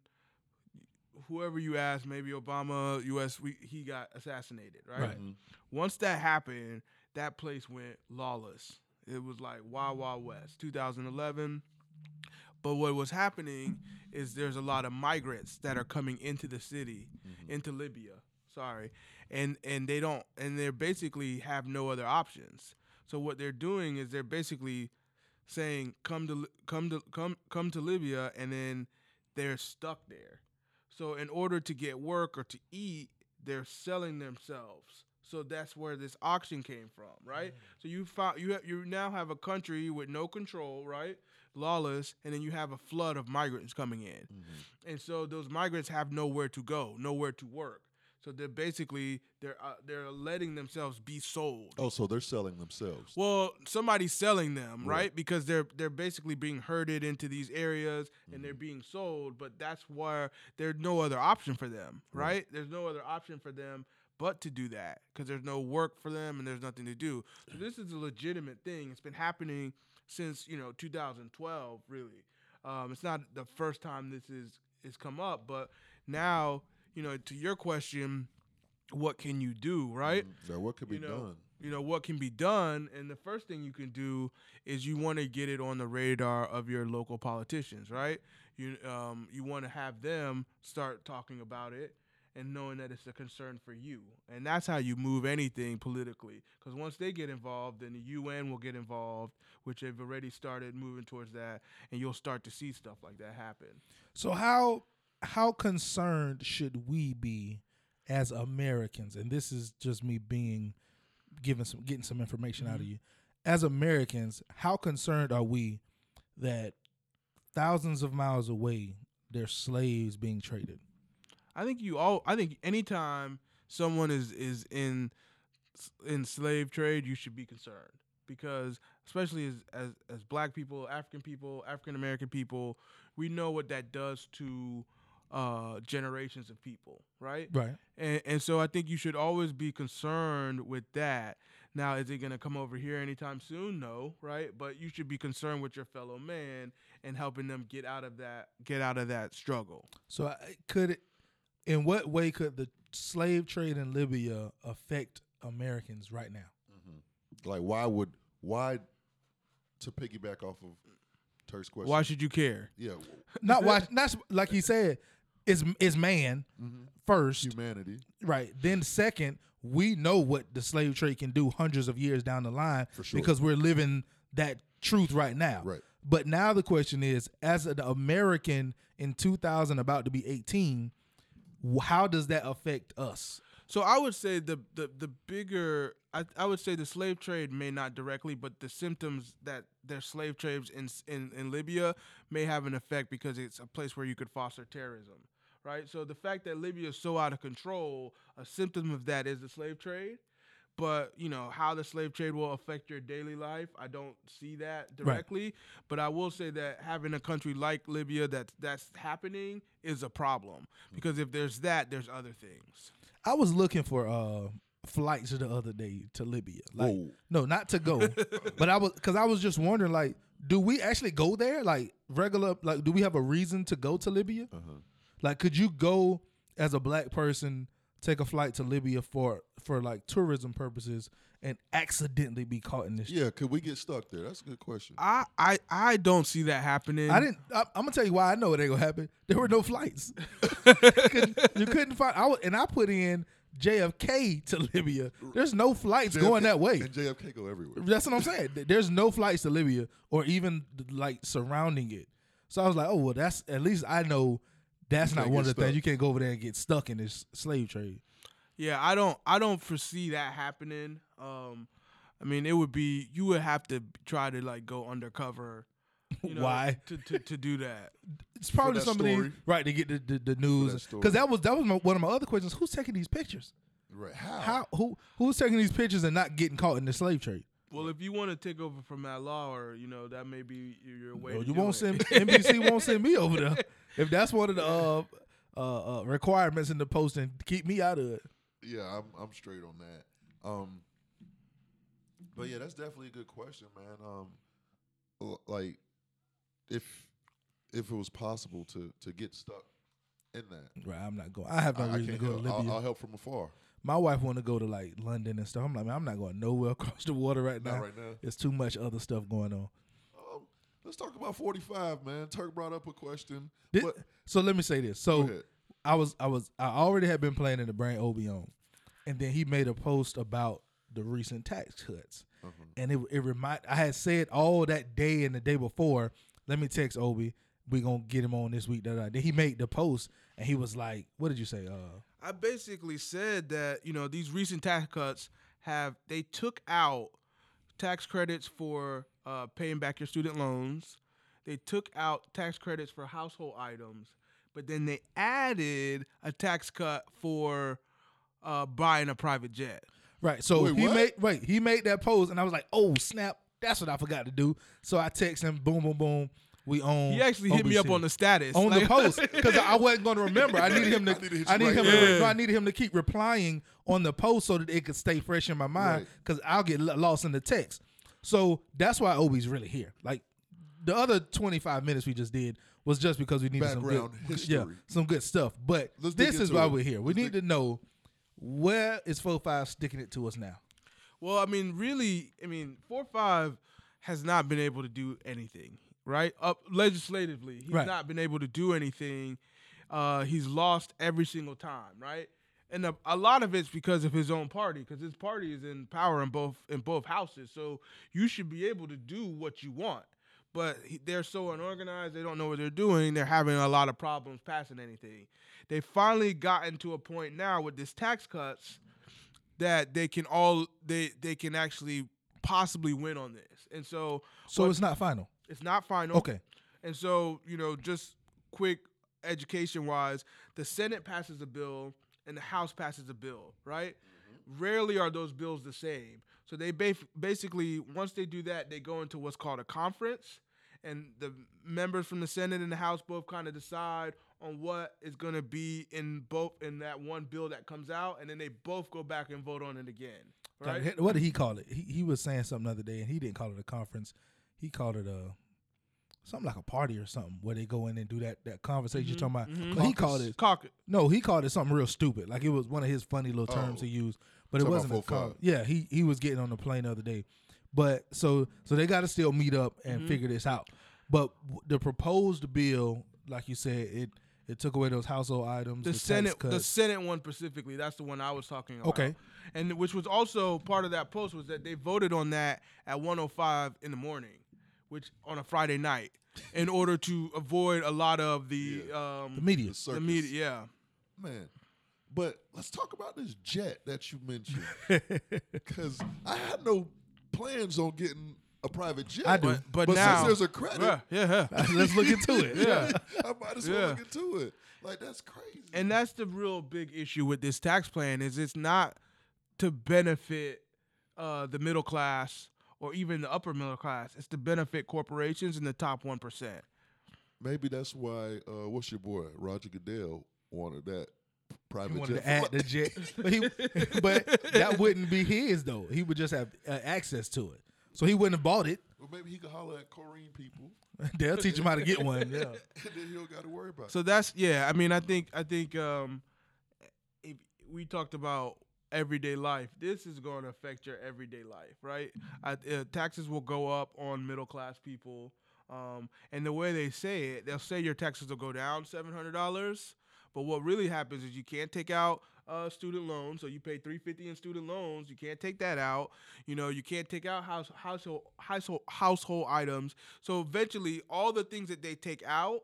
whoever you ask, maybe Obama, US, we, he got assassinated, right?
Right.
Mm-hmm.
Once that happened, that place went lawless. It was like Wild Wild West, 2011. But what was happening is there's a lot of migrants that are coming into the city, into Libya. Sorry, and and they don't, and they basically have no other options. So what they're doing is they're basically saying, "Come to Li- come to come come to Libya," and then they're stuck there. So in order to get work or to eat, they're selling themselves. So that's where this auction came from, right? So you found you have, you now have a country with no control, right? Lawless, and then you have a flood of migrants coming in,
Mm-hmm.
and so those migrants have nowhere to go, nowhere to work. So they're basically they're uh, they're letting themselves be sold.
Oh, so they're selling themselves.
Well, somebody's selling them,
Right.
right? Because they're they're basically being herded into these areas and they're being sold, but that's where there's no other option for them, right? There's no other option for them but to do that because there's no work for them and there's nothing to do. So this is a legitimate thing. It's been happening since, you know, 2012, really. Um, it's not the first time this is is come up, but now, you know, to your question, what can you do, right?
Mm-hmm. Now, what could be
you know,
done?
You know what can be done, and the first thing you can do is you want to get it on the radar of your local politicians, right? You um you want to have them start talking about it and knowing that it's a concern for you, and that's how you move anything politically. Because once they get involved, then the UN will get involved, which they've already started moving towards that, and you'll start to see stuff like that happen.
So how how concerned should we be as Americans? And this is just me being giving some getting some information out of you. As Americans, how concerned are we that thousands of miles away there's slaves being traded?
I think you all. I think anytime someone is is in in slave trade, you should be concerned because especially as as, as black people, African people, African American people, we know what that does to uh, generations of people, right?
Right.
And, and so I think you should always be concerned with that. Now, is it going to come over here anytime soon? No, right? But you should be concerned with your fellow man and helping them get out of that get out of that struggle.
So I- could it, in what way could the slave trade in Libya affect Americans right now?
Like, why would why to piggyback off of Turk's question?
Why should you care?
yeah,
Not watch. Not like he said. Is is man first?
humanity.
Right. Then second, we know what the slave trade can do hundreds of years down the line
sure.
because we're living that truth right now.
Right.
But now the question is, as an American in 2000, about to be 18, wh- how does that affect us?
So I would say the the, the bigger I, I would say the slave trade may not directly, but the symptoms that there's slave trades in, s- in in Libya may have an effect because it's a place where you could foster terrorism, right? So the fact that Libya is so out of control, a symptom of that is the slave trade. But you know how the slave trade will affect your daily life. I don't see that directly, but I will say that having a country like Libya that that's happening is a problem because if there's that, there's other things.
I was looking for uh flights the other day to Libya. Like,
Whoa.
no, not to go, but I was because I was just wondering, like, do we actually go there? Like regular, like, do we have a reason to go to Libya? Like, could you go as a black person, take a flight to Libya for for like tourism purposes, and accidentally be caught in this?
Yeah, could we get stuck there? That's a good question.
I, I I don't see that happening.
I didn't. I, I'm gonna tell you why I know it ain't gonna happen. There were no flights. *laughs* Couldn't-
*laughs*
you couldn't find. I wa- and I put in JFK to *laughs* Libya. There's no flights going that way.
And JFK go everywhere.
That's what I'm saying. Th- There's no flights to Libya or even like surrounding it. So I was like, oh well, that's at least I know that's not
can't
one of
get
the things
stuck.
you can't go over there and get stuck in this
*laughs*
slave trade.
Yeah, I don't I don't foresee that happening. Um, I mean, it would be you would have to try to like go
*laughs*
undercover. You know,
Wwhy?
to, to to do that?
It's probably
that
somebody
story.
right to get the the, the
that
news
story.
because that was that was my, one of my other questions. Who's taking these pictures?
Right. How?
How who who's taking these pictures and not getting caught in the slave trade?
Well, if you want to take over from that law, or you know, that may be your- your way.
Well,
to
you
do
*laughs*
*laughs*
won't
it.
send NBC won't send me over there. if that's one of the uh, uh, uh, requirements in the posting, keep me out of it.
Yeah, I'm I'm straight on that. Um, but yeah, that's definitely a good question, man. Um, l- like if if it was possible to to get stuck in that,
Right, I'm not going. I have no
I, I
reason to
can't
go to
help.
Libya.
I'll, I'll help from afar.
My wife want to go to like London and stuff. I'm like, man, I'm not going nowhere *laughs* across the water right
Not
now.
right now.
It's too much other stuff going on.
Um, let's talk about 45, man. Turk brought up a question.
Thi-
What-
so let me say this. So
ahead.
I was I was I already had been planning to bring Obi on, and then he made a post about the recent tax cuts,
Uh-huh.
and it it remind I had said all that day and the day before. Let me text Obi. We gonna get him on this week. Da, da. Then he made the post, and he was like, "What did you say?" Uh,
I basically said that you know these recent tax cuts have they took out tax credits for uh, paying back your student loans. They took out tax credits for household items, but then they added a tax cut for uh, buying a private jet.
Right. So
Wait,
he
what?
made wait, he made that post and I was like, oh snap, that's what I forgot to do. So I text him, boom, boom, boom. We own
He actually hit me up
OBC.
on the status
on the
Like- *laughs*
post because I
*laughs*
wasn't going to remember. I needed him to. I
need to hit you right
needed him.
now.
To, no, I needed him to keep replying on the post so that it could stay fresh in my mind
Right.
because I'll get lo- lost in the text. So that's why Obi's really here. Like the other twenty five minutes we just did was just because we needed
Background
some good,
history.
*laughs* yeah, some good stuff. But
Let's dig
this is
into
why
it.
we're here. We
Let's
need
dig-
to know where is four five sticking it to us now.
Well, I mean, really, I mean, four five has not been able to do anything, right? Up legislatively, he's
Right.
not been able to do anything. Uh, he's lost every single time, right? And a, a lot of it's because of his own party, because his party is in power in both in both houses. So you should be able to do what you want. But he- they're so unorganized; they don't know what they're doing. They're having a lot of problems passing anything. They finally gotten to a point now with this tax cuts that they can all they they can actually possibly win on this. And so
So it's not final.
it's not final.
Okay.
And so, you know, just quick education wise, the Senate passes a bill and the House passes a bill, right? Rarely are those bills the same. So they ba- basically, once they do that, they go into what's called a conference. And the members from the Senate and the House both kind of decide on what is going to be in both in that one bill that comes out, and then they both go back and vote on it again.
Got
Right?
it. What did he call it? He, he was saying something the other day, and he didn't call it a conference. He called it a something like a party or something where they go in and do that that conversation you're talking about. But He called it
Caucus.
no, he called it something real stupid. Like it was one of his funny little terms
Oh.
he used, but it
Talking about
wasn't a
four
con-
five.
Yeah, he he was getting on the plane the other day, but so so they got to still meet up and figure this out. But w- the proposed bill, like you said, it it took away those household items.
the
tax
Senate, the
cuts.
Senate one specifically. That's the one I was talking about.
Okay.
and which was also part of that post was that they voted on that at 1:05 in the morning, which on a Friday night, in order to avoid a lot of the um,
the media.
The
the
circus.
media. Yeah,
man. But let's talk about this jet that you
*laughs*
mentioned, because I had no plans on getting a private jet.
I do.
but but,
But
now
since there's a credit,
yeah, yeah, yeah.
*laughs* Let's look into it.
Yeah.
*laughs* I might as well
Yeah.
look into it. Like that's crazy.
and that's the real big issue with this tax plan is it's not to benefit uh, the middle class or even the upper middle class. It's to benefit corporations and the top one percent.
Maybe that's why uh, what's your boy Roger Goodell wanted that private
He wanted
jet.
to add
Look,
the jet, but, he, *laughs* but that wouldn't be his though. He would just have uh, access to it, so he wouldn't have bought it. *laughs*
Well, maybe he could holler at Korean people, *laughs*
They'll teach him how to get one. Yeah,
and then he don't got to worry about. it.
So that's yeah. I mean, I think I think um, if we talked about everyday life. This is going to affect your everyday life, right? I, uh, taxes will go up on middle class people. Um, and the way they say it, they'll say your taxes will go down seven hundred dollars, but what really happens is you can't take out uh, student loans, so you pay three fifty in student loans. You can't take that out. You know, you can't take out house household household household items. So eventually, all the things that they take out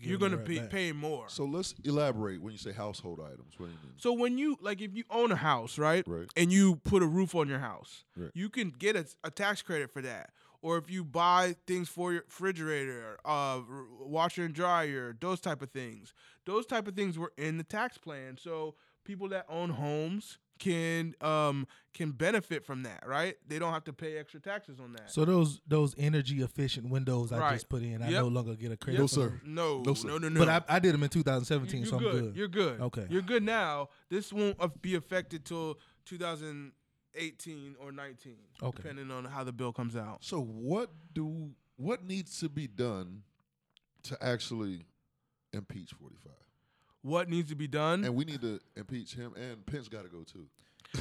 you're gonna
right
be
back.
paying more. So,
So let's elaborate when you say household items. What do you mean?
when you like, if you own a house, right,
Right.
and you put a roof on your house,
Right.
you can get a, a tax credit for that. Or if you buy things for your refrigerator, uh, r- washer and dryer, those type of things. Those type of things were in the tax plan. So people that own homes, can um can benefit from that, right? They don't have to pay extra taxes on that.
So those those energy efficient windows I
Right.
just put in, I
Yep.
no longer get a credit.
No,
for them.
sir.
no,
No,
no,
sir.
no, no,
But I, I did them in 2017,
you,
so
are
I'm
good.
good.
You're good.
Okay.
You're good now. This won't af- be affected till 2018 or 19,
Okay.
depending on how the bill comes out.
So what do what needs to be done to actually impeach 45?
What needs to be done?
And we need to impeach him and Pence got to go too. *laughs*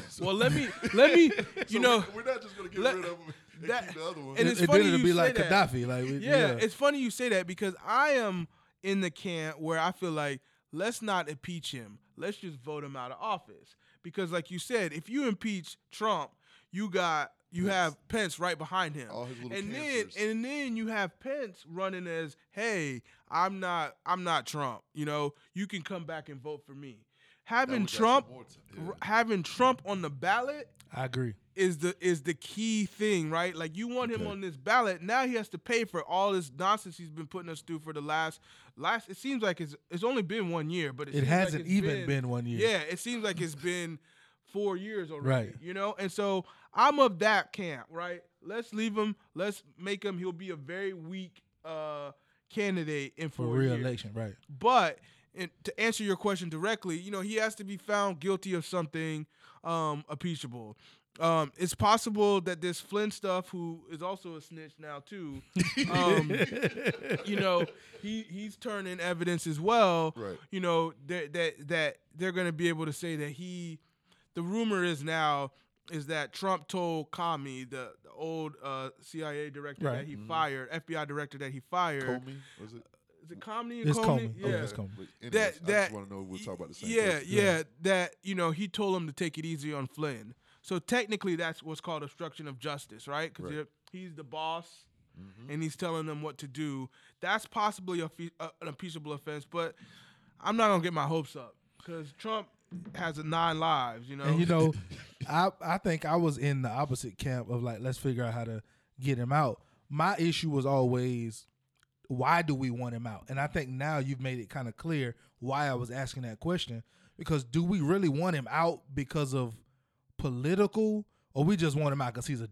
So-
well, let me let
*laughs*
me
so
you know
we're not just going to get
let-
rid of him
*laughs*
and
that-
keep the other one.
and
It-
it's
it
funny
didn't
you
be
say
like
that.
Gaddafi, like we-
yeah,
yeah.
it's funny you say that because I am in the camp where I feel like let's not impeach him. Let's just vote him out of office because, like you said, if you impeach Trump, you got you have Pence right behind him,
All his little
and
cancers.
then and then you have Pence running as, "Hey, I'm not I'm not Trump. You know, you can come back and vote for me." Having
we got some
Trump,
more time.
r- having Trump on the ballot
I agree.
is the is the key thing, right? Like you want him on this ballot. Now he has to pay for all this nonsense he's been putting us through for the last last. It seems like it's it's only been one year, but it,
It
seems like
hasn't
it's
even been one year.
Yeah, it seems like it's been four years already.
Right.
You know, and so I'm of that camp, right? Let's leave him. Let's make him. He'll be a very weak uh candidate in
For
four years.
re-election, right?
But and to answer your question directly, you know, he has to be found guilty of something um, impeachable. Um, it's possible that this Flynn stuff, who is also a snitch now too,
*laughs*
um, you know, he he's turning evidence as well.
Right.
You know that that that they're going to be able to say that he. The rumor is now is that Trump told Comey, the, the old uh, CIA director that
Right. Mm-hmm.
he fired, FBI director that he fired.
Comey, was it?
Is it Comey? and
It's
Comey?
coming.
Yeah.
Okay, it's coming.
But anyways,
That-
I
that-
just want to know if we're talking about the same
Yeah,
person.
yeah, That you know, he told him to take it easy on Flynn. So technically, that's what's called obstruction of justice, right? Because he's the boss,
Mm-hmm.
and he's telling them what to do. That's possibly a, fe- a, an impeachable offense, but I'm not gonna get my hopes up because Trump has a nine lives, you know.
And you
*laughs*
know, I I think I was in the opposite camp of like, let's figure out how to get him out. My issue was always, why do we want him out? And I think now you've made it kind of clear why I was asking that question because do we really want him out because of political, or we just want him out because he's a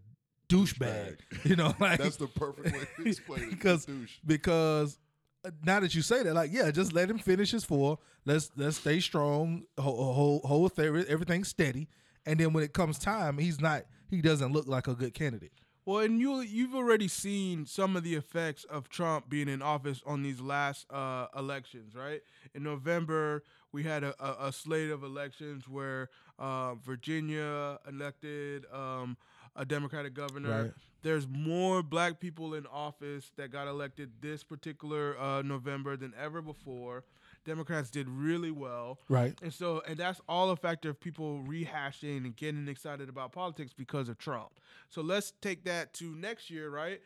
douchebag? You know, *laughs* like
That's the perfect way
*laughs*
to explain it.
because
Douche.
because uh, now that you say that, like yeah, just let him finish his four. Let's let's stay strong, hold hold, hold theory, everything steady, and then when it comes time, he's not he doesn't look like a good candidate.
Well, and you you've already seen some of the effects of Trump being in office on these last uh, elections, right? In November, we had a, a, a slate of elections where uh, Virginia elected um, a Democratic governor.
Right.
There's more black people in office that got elected this particular uh, November than ever before. Democrats did really well.
Right.
And so, and that's all a factor of people rehashing and getting excited about politics because of Trump. So let's take that to next year, right?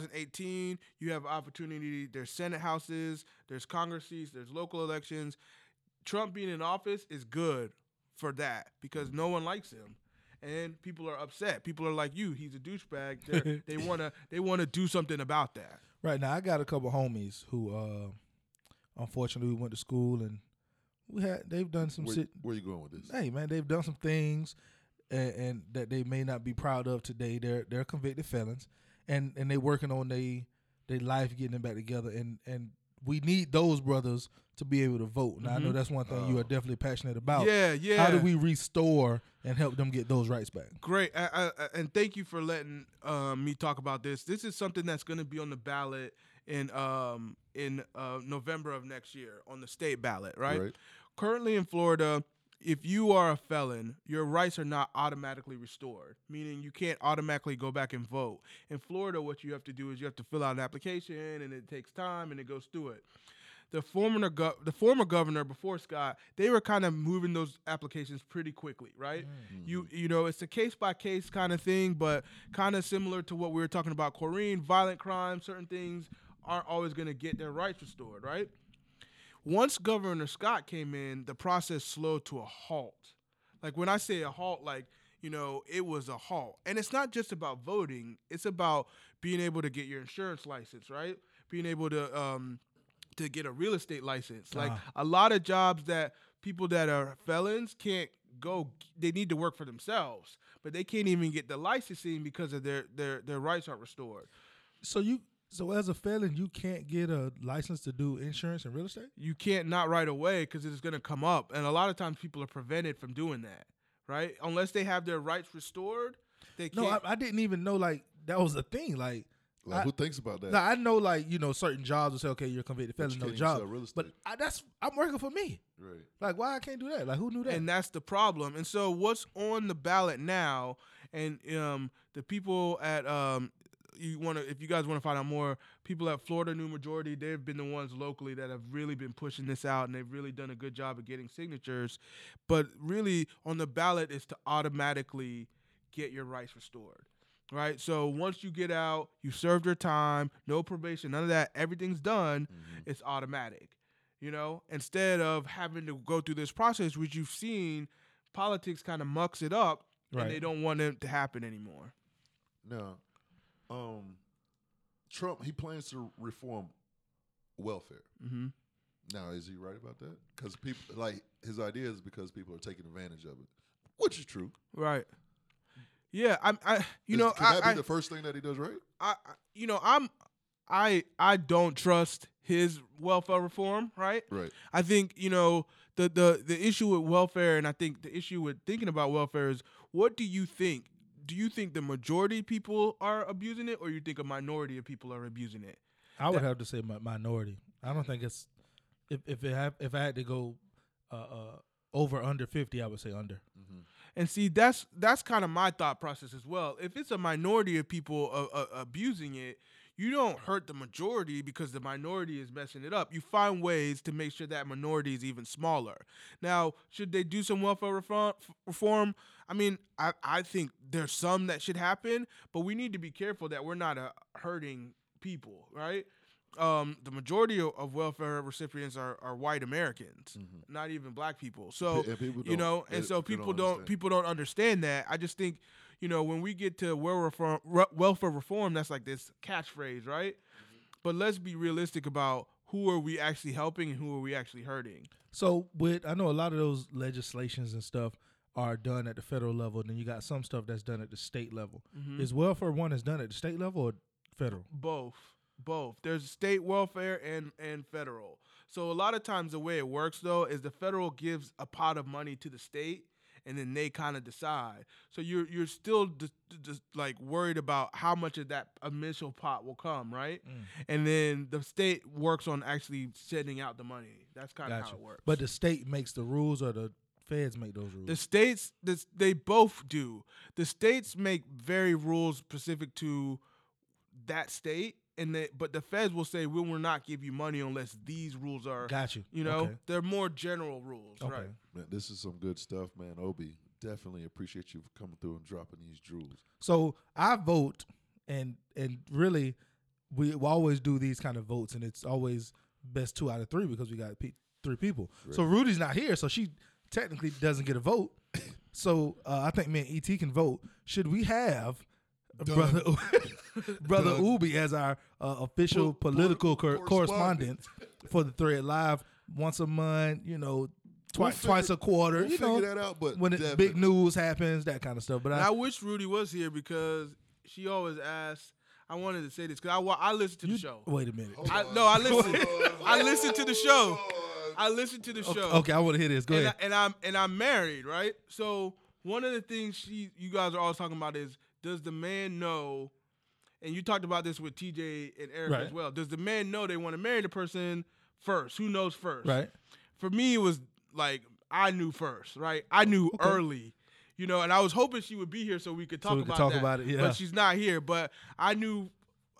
2018, you have opportunity. There's Senate houses, there's Congress seats, there's local elections. Trump being in office is good for that because no one likes him. And people are upset. People are like you. He's a douchebag. They're-
*laughs*
They wanna they wanna do something about that.
Right now, I got a couple homies who, uh, unfortunately, we went to school and we had they've done some
Where,
shit.
where you going with this?
Hey man, they've done some things, and, and that they may not be proud of today. They're they're convicted felons, and and they working on they they life getting it back together. And and we need those brothers to be able to vote. And I know that's one thing you are definitely passionate about.
Yeah, yeah.
How do we restore and help them get those rights back?
Great, I, I, I- and thank you for letting uh, me talk about this. This is something that's going to be on the ballot in um, in uh, November of next year on the state ballot, right?
Right.
Currently in Florida, if you are a felon, your rights are not automatically restored, meaning you can't automatically go back and vote. In Florida, what you have to do is you have to fill out an application, and it takes time, and it goes through it the former gov- the former governor before Scott, they were kind of moving those applications pretty quickly, right? You you know, it's a case by case kind of thing, but kind of similar to what we were talking about, Corrine, violent crime, certain things aren't always going to get their rights restored, right? Once Governor Scott came in, the process slowed to a halt. Like when I say a halt, like you know, it was a halt, and it's not just about voting; it's about being able to get your insurance license, right?
Ah.
Being able to um, to get a real estate license. Like a lot of jobs that people that are felons can't go. They need to work for themselves, but they can't even get the licensing because of their their their rights aren't restored.
So you so as a felon, you can't get a license to do insurance and real estate.
You can't not right away because it's going to come up, and a lot of times people are prevented from doing that, right? Unless they have their rights restored, they can't.
No, I, I didn't even know like that was a thing. Like,
Like,
I-
who thinks about that?
no, I know like you know certain jobs will say okay, you're a convicted
But
felon,
you
no
can't even
job.
sell real estate.
But I, that's I'm working for me.
right.
Like, why I can't do that? Like, who knew that?
and that's the problem. And so, what's on the ballot now, and um, the people at um, you want to, if you guys want to find out more, people at Florida New Majority, they've been the ones locally that have really been pushing this out, and they've really done a good job of getting signatures. But really, on the ballot is to automatically get your rights restored. Right, so once you get out, you served your time, no probation, none of that. Everything's done.
Mm-hmm.
It's automatic you know, instead of having to go through this process, which you've seen politics kind of mucks it up
Right.
and they don't want it to happen anymore.
Now, um, Trump he plans to reform welfare.
Mm-hmm.
Now, is he right about that? Because people like his idea is because people are taking advantage of it, which is true.
Right. Yeah, I'm. I, you
Is-
know,
could
I,
that be
I,
the first thing that he does, right?
I, I- you know, I'm, I, I don't trust his welfare reform. Right.
Right.
I think you know the the the issue with welfare, and I think the issue with thinking about welfare is what do you think? Do you think the majority of people are abusing it, or you think a minority of people are abusing it?
I would have to say mi- minority. I don't think it's if if it hap- if I had to go uh, uh, over under fifty, I would say under.
Mm-hmm. And see, that's that's kind of my thought process as well. If it's a minority of people uh, uh, abusing it, you don't hurt the majority because the minority is messing it up. You find ways to make sure that minority is even smaller. Now, should they do some welfare reform? reform? I mean, I, I think there's some that should happen, but we need to be careful that we're not uh, hurting people, right? Um, the majority of, of welfare recipients are, are white Americans, not even black people. So,
and people
you
don't-
know,
they-
and so
they don't
people don't
understand.
people don't understand that. I just think, you know, when we get to wel- reform, re- welfare reform, that's like this catchphrase, right?
Mm-hmm.
But let's be realistic about who are we actually helping and who are we actually hurting.
So with I know a lot of those legislations and stuff are done at the federal level, and then you got some stuff that's done at the state level.
Mm-hmm.
Is welfare one is done at the state level or federal?
Both, both. There's state welfare and and federal. So a lot of times the way it works though is the federal gives a pot of money to the state. And then they kind of decide. So you're you're still just, just like worried about how much of that initial pot will come, right?
Mm,
And then the state works on actually sending out the money. That's kind of how
Gotcha.
it works.
But the state makes the rules, or the feds make those rules.
The states, the, s- they both do. The states make very rules specific to that state, and they, but the feds will say we will not give you money unless these rules are.
Got you.
You know,
Okay.
they're more general rules,
Okay.
right?
Man, this is some good stuff, man. Obi, definitely appreciate you for coming through and dropping these jewels.
So I vote, and and really, we, we always do these kind of votes, and it's always best two out of three because we got pe- three people. So Rudy's not here, so she technically doesn't get a vote. so uh, I think me and Et can vote. Should we have brother *laughs* brother Ubi as our uh, official
Po-
political
po-
cor- correspondent for the Thread Live once a month? You know. Twice,
figure-
twice a quarter,
we'll
you know,
figure that out, but
when it, big
definitely.
news happens, that kind of stuff. But
And
I,
I wish Rudy was here because she always asks. I wanted to say this because I wa- I listened to the show.
wait a minute.
I, no, I listened. *laughs* I listened to the show. I listened to the
Okay,
show.
okay, I want to hear this. Go
and,
ahead.
I, and I'm and I'm married, right? So one of the things she you guys are always talking about is does the man know? And you talked about this with TJ and Eric
Right.
as well. Does the man know they want to marry the person first? Who knows first?
right.
For me, it was like I knew first, right? I knew early. You know, and I was hoping she would be here so we could talk
we could
about
talk
that,
about it, yeah.
But she's not here. But I knew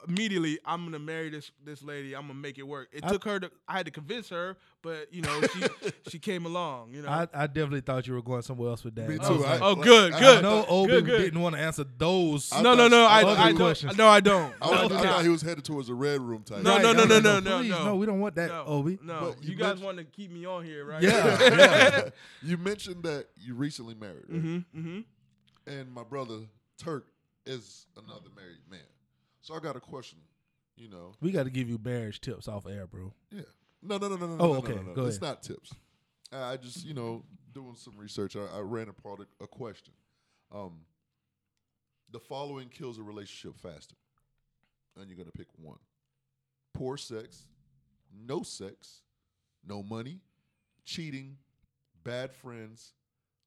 immediately I'm gonna marry this this lady. I'm gonna make it work. It took her to I had to convince her, but you know,
*laughs*
she she came along, you know.
I, I definitely thought you were going somewhere else with that.
Me
I
too.
was like,
I-
Oh, good, good.
I know
Good,
Obi
good.
didn't want to answer those.
I
no, no,
thought-
no. I,
I thought
I,
you-
don't. No, I don't.
I,
No,
was- I
no.
thought he was headed towards a red room type.
No,
Right,
no,
I
no,
was
no,
like,
no, no,
please,
no.
no, we don't want that,
no,
Obi.
No,
But
you,
you
guys
mentioned-
want to keep me on here, right?
Yeah, yeah.
*laughs*
You mentioned that you recently married, right?
mm-hmm.
and my brother Turk is another married man. So I got a question. You know,
we got to give you marriage tips off air, bro.
yeah. No, no, no, no, no.
Oh,
no,
okay,
No, no, no.
go
it's
ahead.
not tips. I just, you know, doing some research, I, I ran upon a, a question. Um, the following kills a relationship faster, and you're gonna pick one: poor sex, no sex, no money, cheating, bad friends,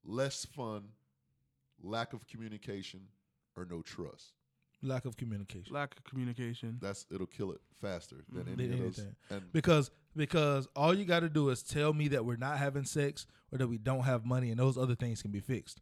less fun, lack of communication, or no trust.
Lack of communication.
Lack of communication.
That's it'll kill it faster than
Than
any of those.
anything.
And
because because all you got to do is tell me that we're not having sex or that we don't have money and those other things can be fixed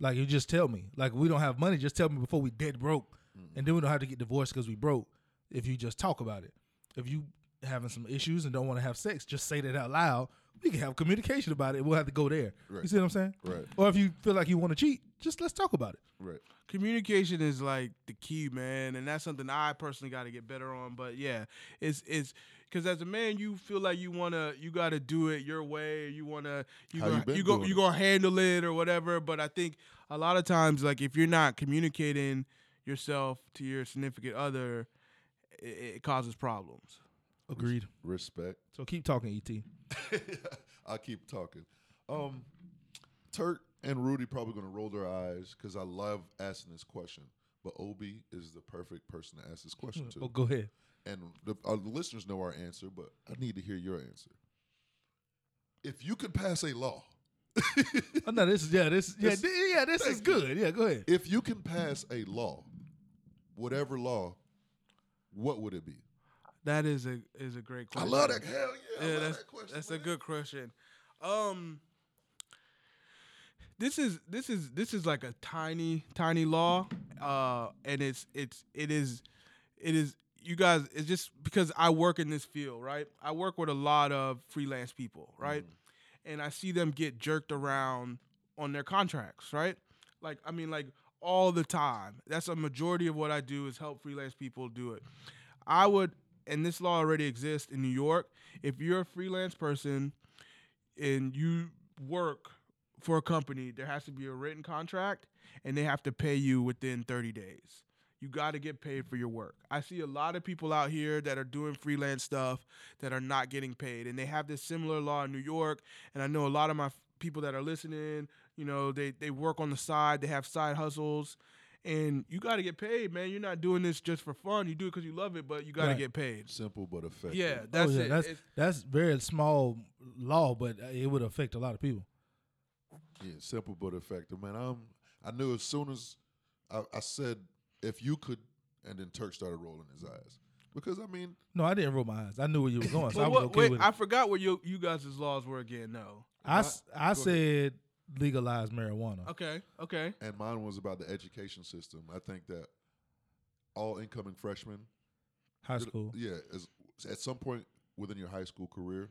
like you just tell me like we don't have money just tell me before we dead broke
Mm-hmm.
and then we don't have to get divorced because we broke if you just talk about it if you having some issues and don't want to have sex just say that out loud we can have communication about it we'll have to go there you
Right.
see what i'm saying
Right.
or if you feel like you want to cheat just let's talk about it
right,
communication is like the key, man, and that's something I personally got to get better on. But yeah, it's it's because as a man, you feel like you wanna you gotta do it your way. You wanna you
How you
gonna,
been
you go
doing
you
it?
gonna handle it or whatever. But I think a lot of times, like if you're not communicating yourself to your significant other, it, it causes problems.
agreed
respect.
so keep talking E et
*laughs* I keep talking. Um, Turk and Rudy probably gonna roll their eyes because I love asking this question. But Obi is the perfect person to ask this question to,
oh go ahead
and the, our listeners know our answer. But I need to hear your answer. If you could pass a law,
oh no this is yeah this yeah
This-
thi- yeah this is
thank you.
good yeah go ahead
if you can pass a law, whatever law, what would it be?
That is a is a great
I
question.
love that. Hell yeah, I
yeah,
love
that's
that question.
that's a
man.
good question. Um, this is this is this is like a tiny tiny law, uh, and it's it's it is it is you guys. It's just because I work in this field, right? I work with a lot of freelance people, right?
Mm.
And I see them get jerked around on their contracts, right? Like I mean, like all the time. That's a majority of what I do is help freelance people do it. I would, and this law already exists in New York. If you're a freelance person and you work for a company, there has to be a written contract and they have to pay you within 30 days. You got to get paid for your work. I see a lot of people out here that are doing freelance stuff that are not getting paid. And they have this similar law in New York. And I know a lot of my f- people that are listening, you know, they, they work on the side, they have side hustles. And you got to get paid, man. You're not doing this just for fun. You do it because you love it, but you got to
Right.
get paid.
Simple but effective.
Yeah, that's
oh, yeah,
it.
That's
It's-
that's very small law, but it would affect a lot of people.
Yeah, simple but effective, man. I'm. I knew as soon as I, I said if you could, and then Turk started rolling his eyes because I mean,
No, I didn't roll my eyes. I knew where you were going,
*laughs*
so
But
I was
what-
okay
wait,
with it.
I
I,
forgot what you you guys' laws were again. No.
s- I said legalize marijuana.
Okay. Okay.
and mine was about the education system. I think that all incoming freshmen,
High school.
yeah, as, at some point within your high school career,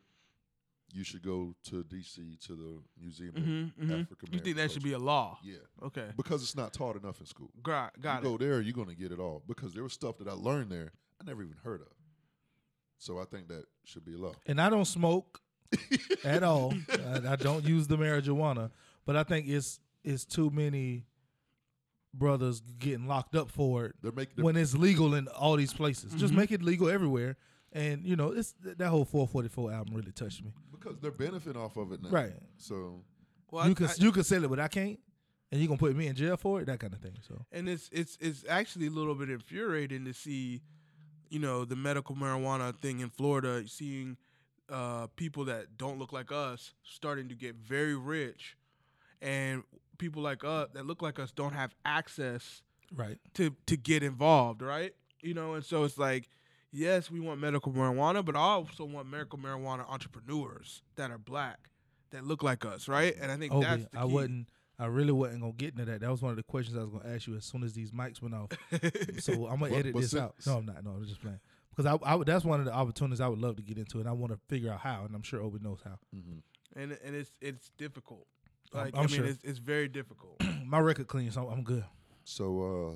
you should go to DC to the Museum of
Mm-hmm.
African American.
You think that should be a law?
yeah,
Okay.
because it's not taught enough in school.
Got got
you
it.
go there, you're gonna get it all because there was stuff that I learned there I never even heard of. So I think that should be a law.
And I don't smoke
*laughs*
at all. I, I don't use the marijuana, but I think it's it's too many brothers getting locked up for it
They're making
when it's legal in all these places.
Mm-hmm.
Just make it legal everywhere. And you know, it's that whole 444 album really touched me.
because they're benefiting off of it now.
Right.
So
Well, I-
you can
I-
you can sell it, but I can't, and you gonna put me in jail for it, that kind of thing. So
and it's it's it's actually a little bit infuriating to see, you know, the medical marijuana thing in Florida, seeing uh, people that don't look like us starting to get very rich, and people like us that look like us don't have access
right,
to to get involved, right? You know, and so it's like, yes, we want medical marijuana, but I also want medical marijuana entrepreneurs that are black, that look like us, right? And I think
Obi,
that's the
Oh, I
key.
wasn't, I really wasn't gonna get into that. That was one of the questions I was gonna ask you as soon as these mics went
*laughs*
off. so I'm
But-
gonna edit
but
this
since-
out. No, I'm not. No, I'm just playing. Because I, I, would- that's one of the opportunities I would love to get into, and I want to figure out how, and I'm sure Obi knows how.
*laughs*
*clears throat*
and and it's it's difficult.
I'm-
Like i
I'm
mean,
sure.
it's, it's very difficult. *clears throat*
My record clean, so I'm good.
so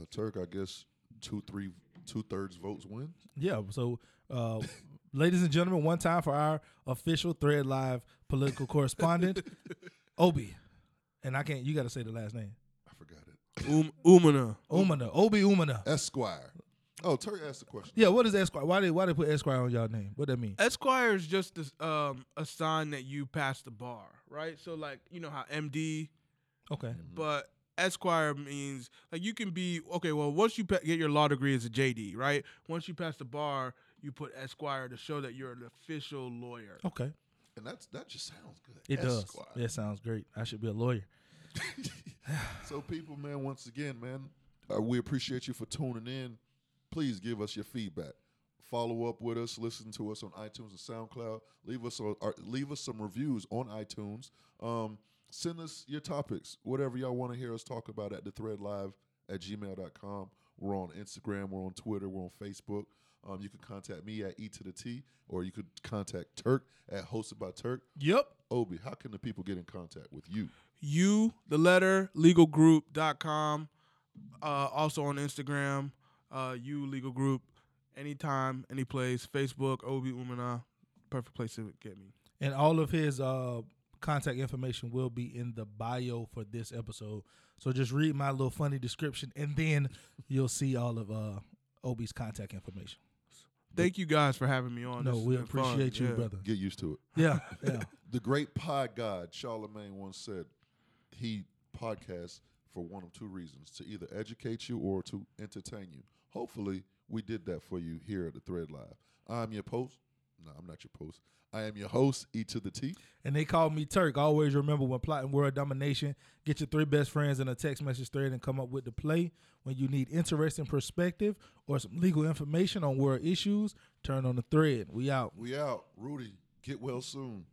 uh Turk, I guess two three two thirds votes win.
Yeah. So, uh, *laughs* ladies and gentlemen, one time for our official Thread Live political
*laughs*
correspondent, Obi, and I can't. You got to say the last name,
I forgot it.
um, umana.
Umana, Obi Umana.
Esquire. Oh, Turk asked the question.
Yeah, what is Esquire? Why they why they put Esquire on y'all name? What that mean?
Esquire is just a, um, a sign that you passed the bar, right? So like you know how MD,
Okay.
but Esquire means like you can be okay. Well, once you pa- get your law degree as a JD, right? Once you pass the bar, you put Esquire to show that you're an official lawyer.
Okay.
And that's that just sounds good.
It
Esquire.
does. That sounds great. I should be a lawyer.
So, people, man, once again, man, uh, we appreciate you for tuning in. Please give us your feedback. Follow up with us. Listen to us on iTunes and SoundCloud. Leave us our, our- leave us some reviews on iTunes. Um, send us your topics, whatever y'all want to hear us talk about at the thread live at gmail.com. We're on Instagram. We're on Twitter. We're on Facebook. Um, you can contact me at E to the T, or you could contact Turk at hosted by Turk.
Yep.
Obi, how can the people get in contact with you?
you the letter legalgroup.com uh also on instagram uh you legal group anytime any place facebook obi umana perfect place to get me
And all of his uh, contact information will be in the bio for this episode. So just read my little funny description, and then you'll see all of uh, Obi's contact information.
thank you guys for having me on
no,
Oh, This has
we
been fun.
appreciate you,
Yeah.
brother.
Get used to it.
Yeah, yeah.
The great pod god Charlemagne once said he podcasts for one of two reasons to either educate you or to entertain you. Hopefully, we did that for you here at the Thread Live. I'm your post. No, I'm not your post. I am your host, E to the T.
and they called me Turk. Always remember when plotting world domination, get your three best friends in a text message thread and come up with the play. When you need interesting perspective or some legal information on world issues, turn on the thread. We out.
We out. Rudy, get well soon.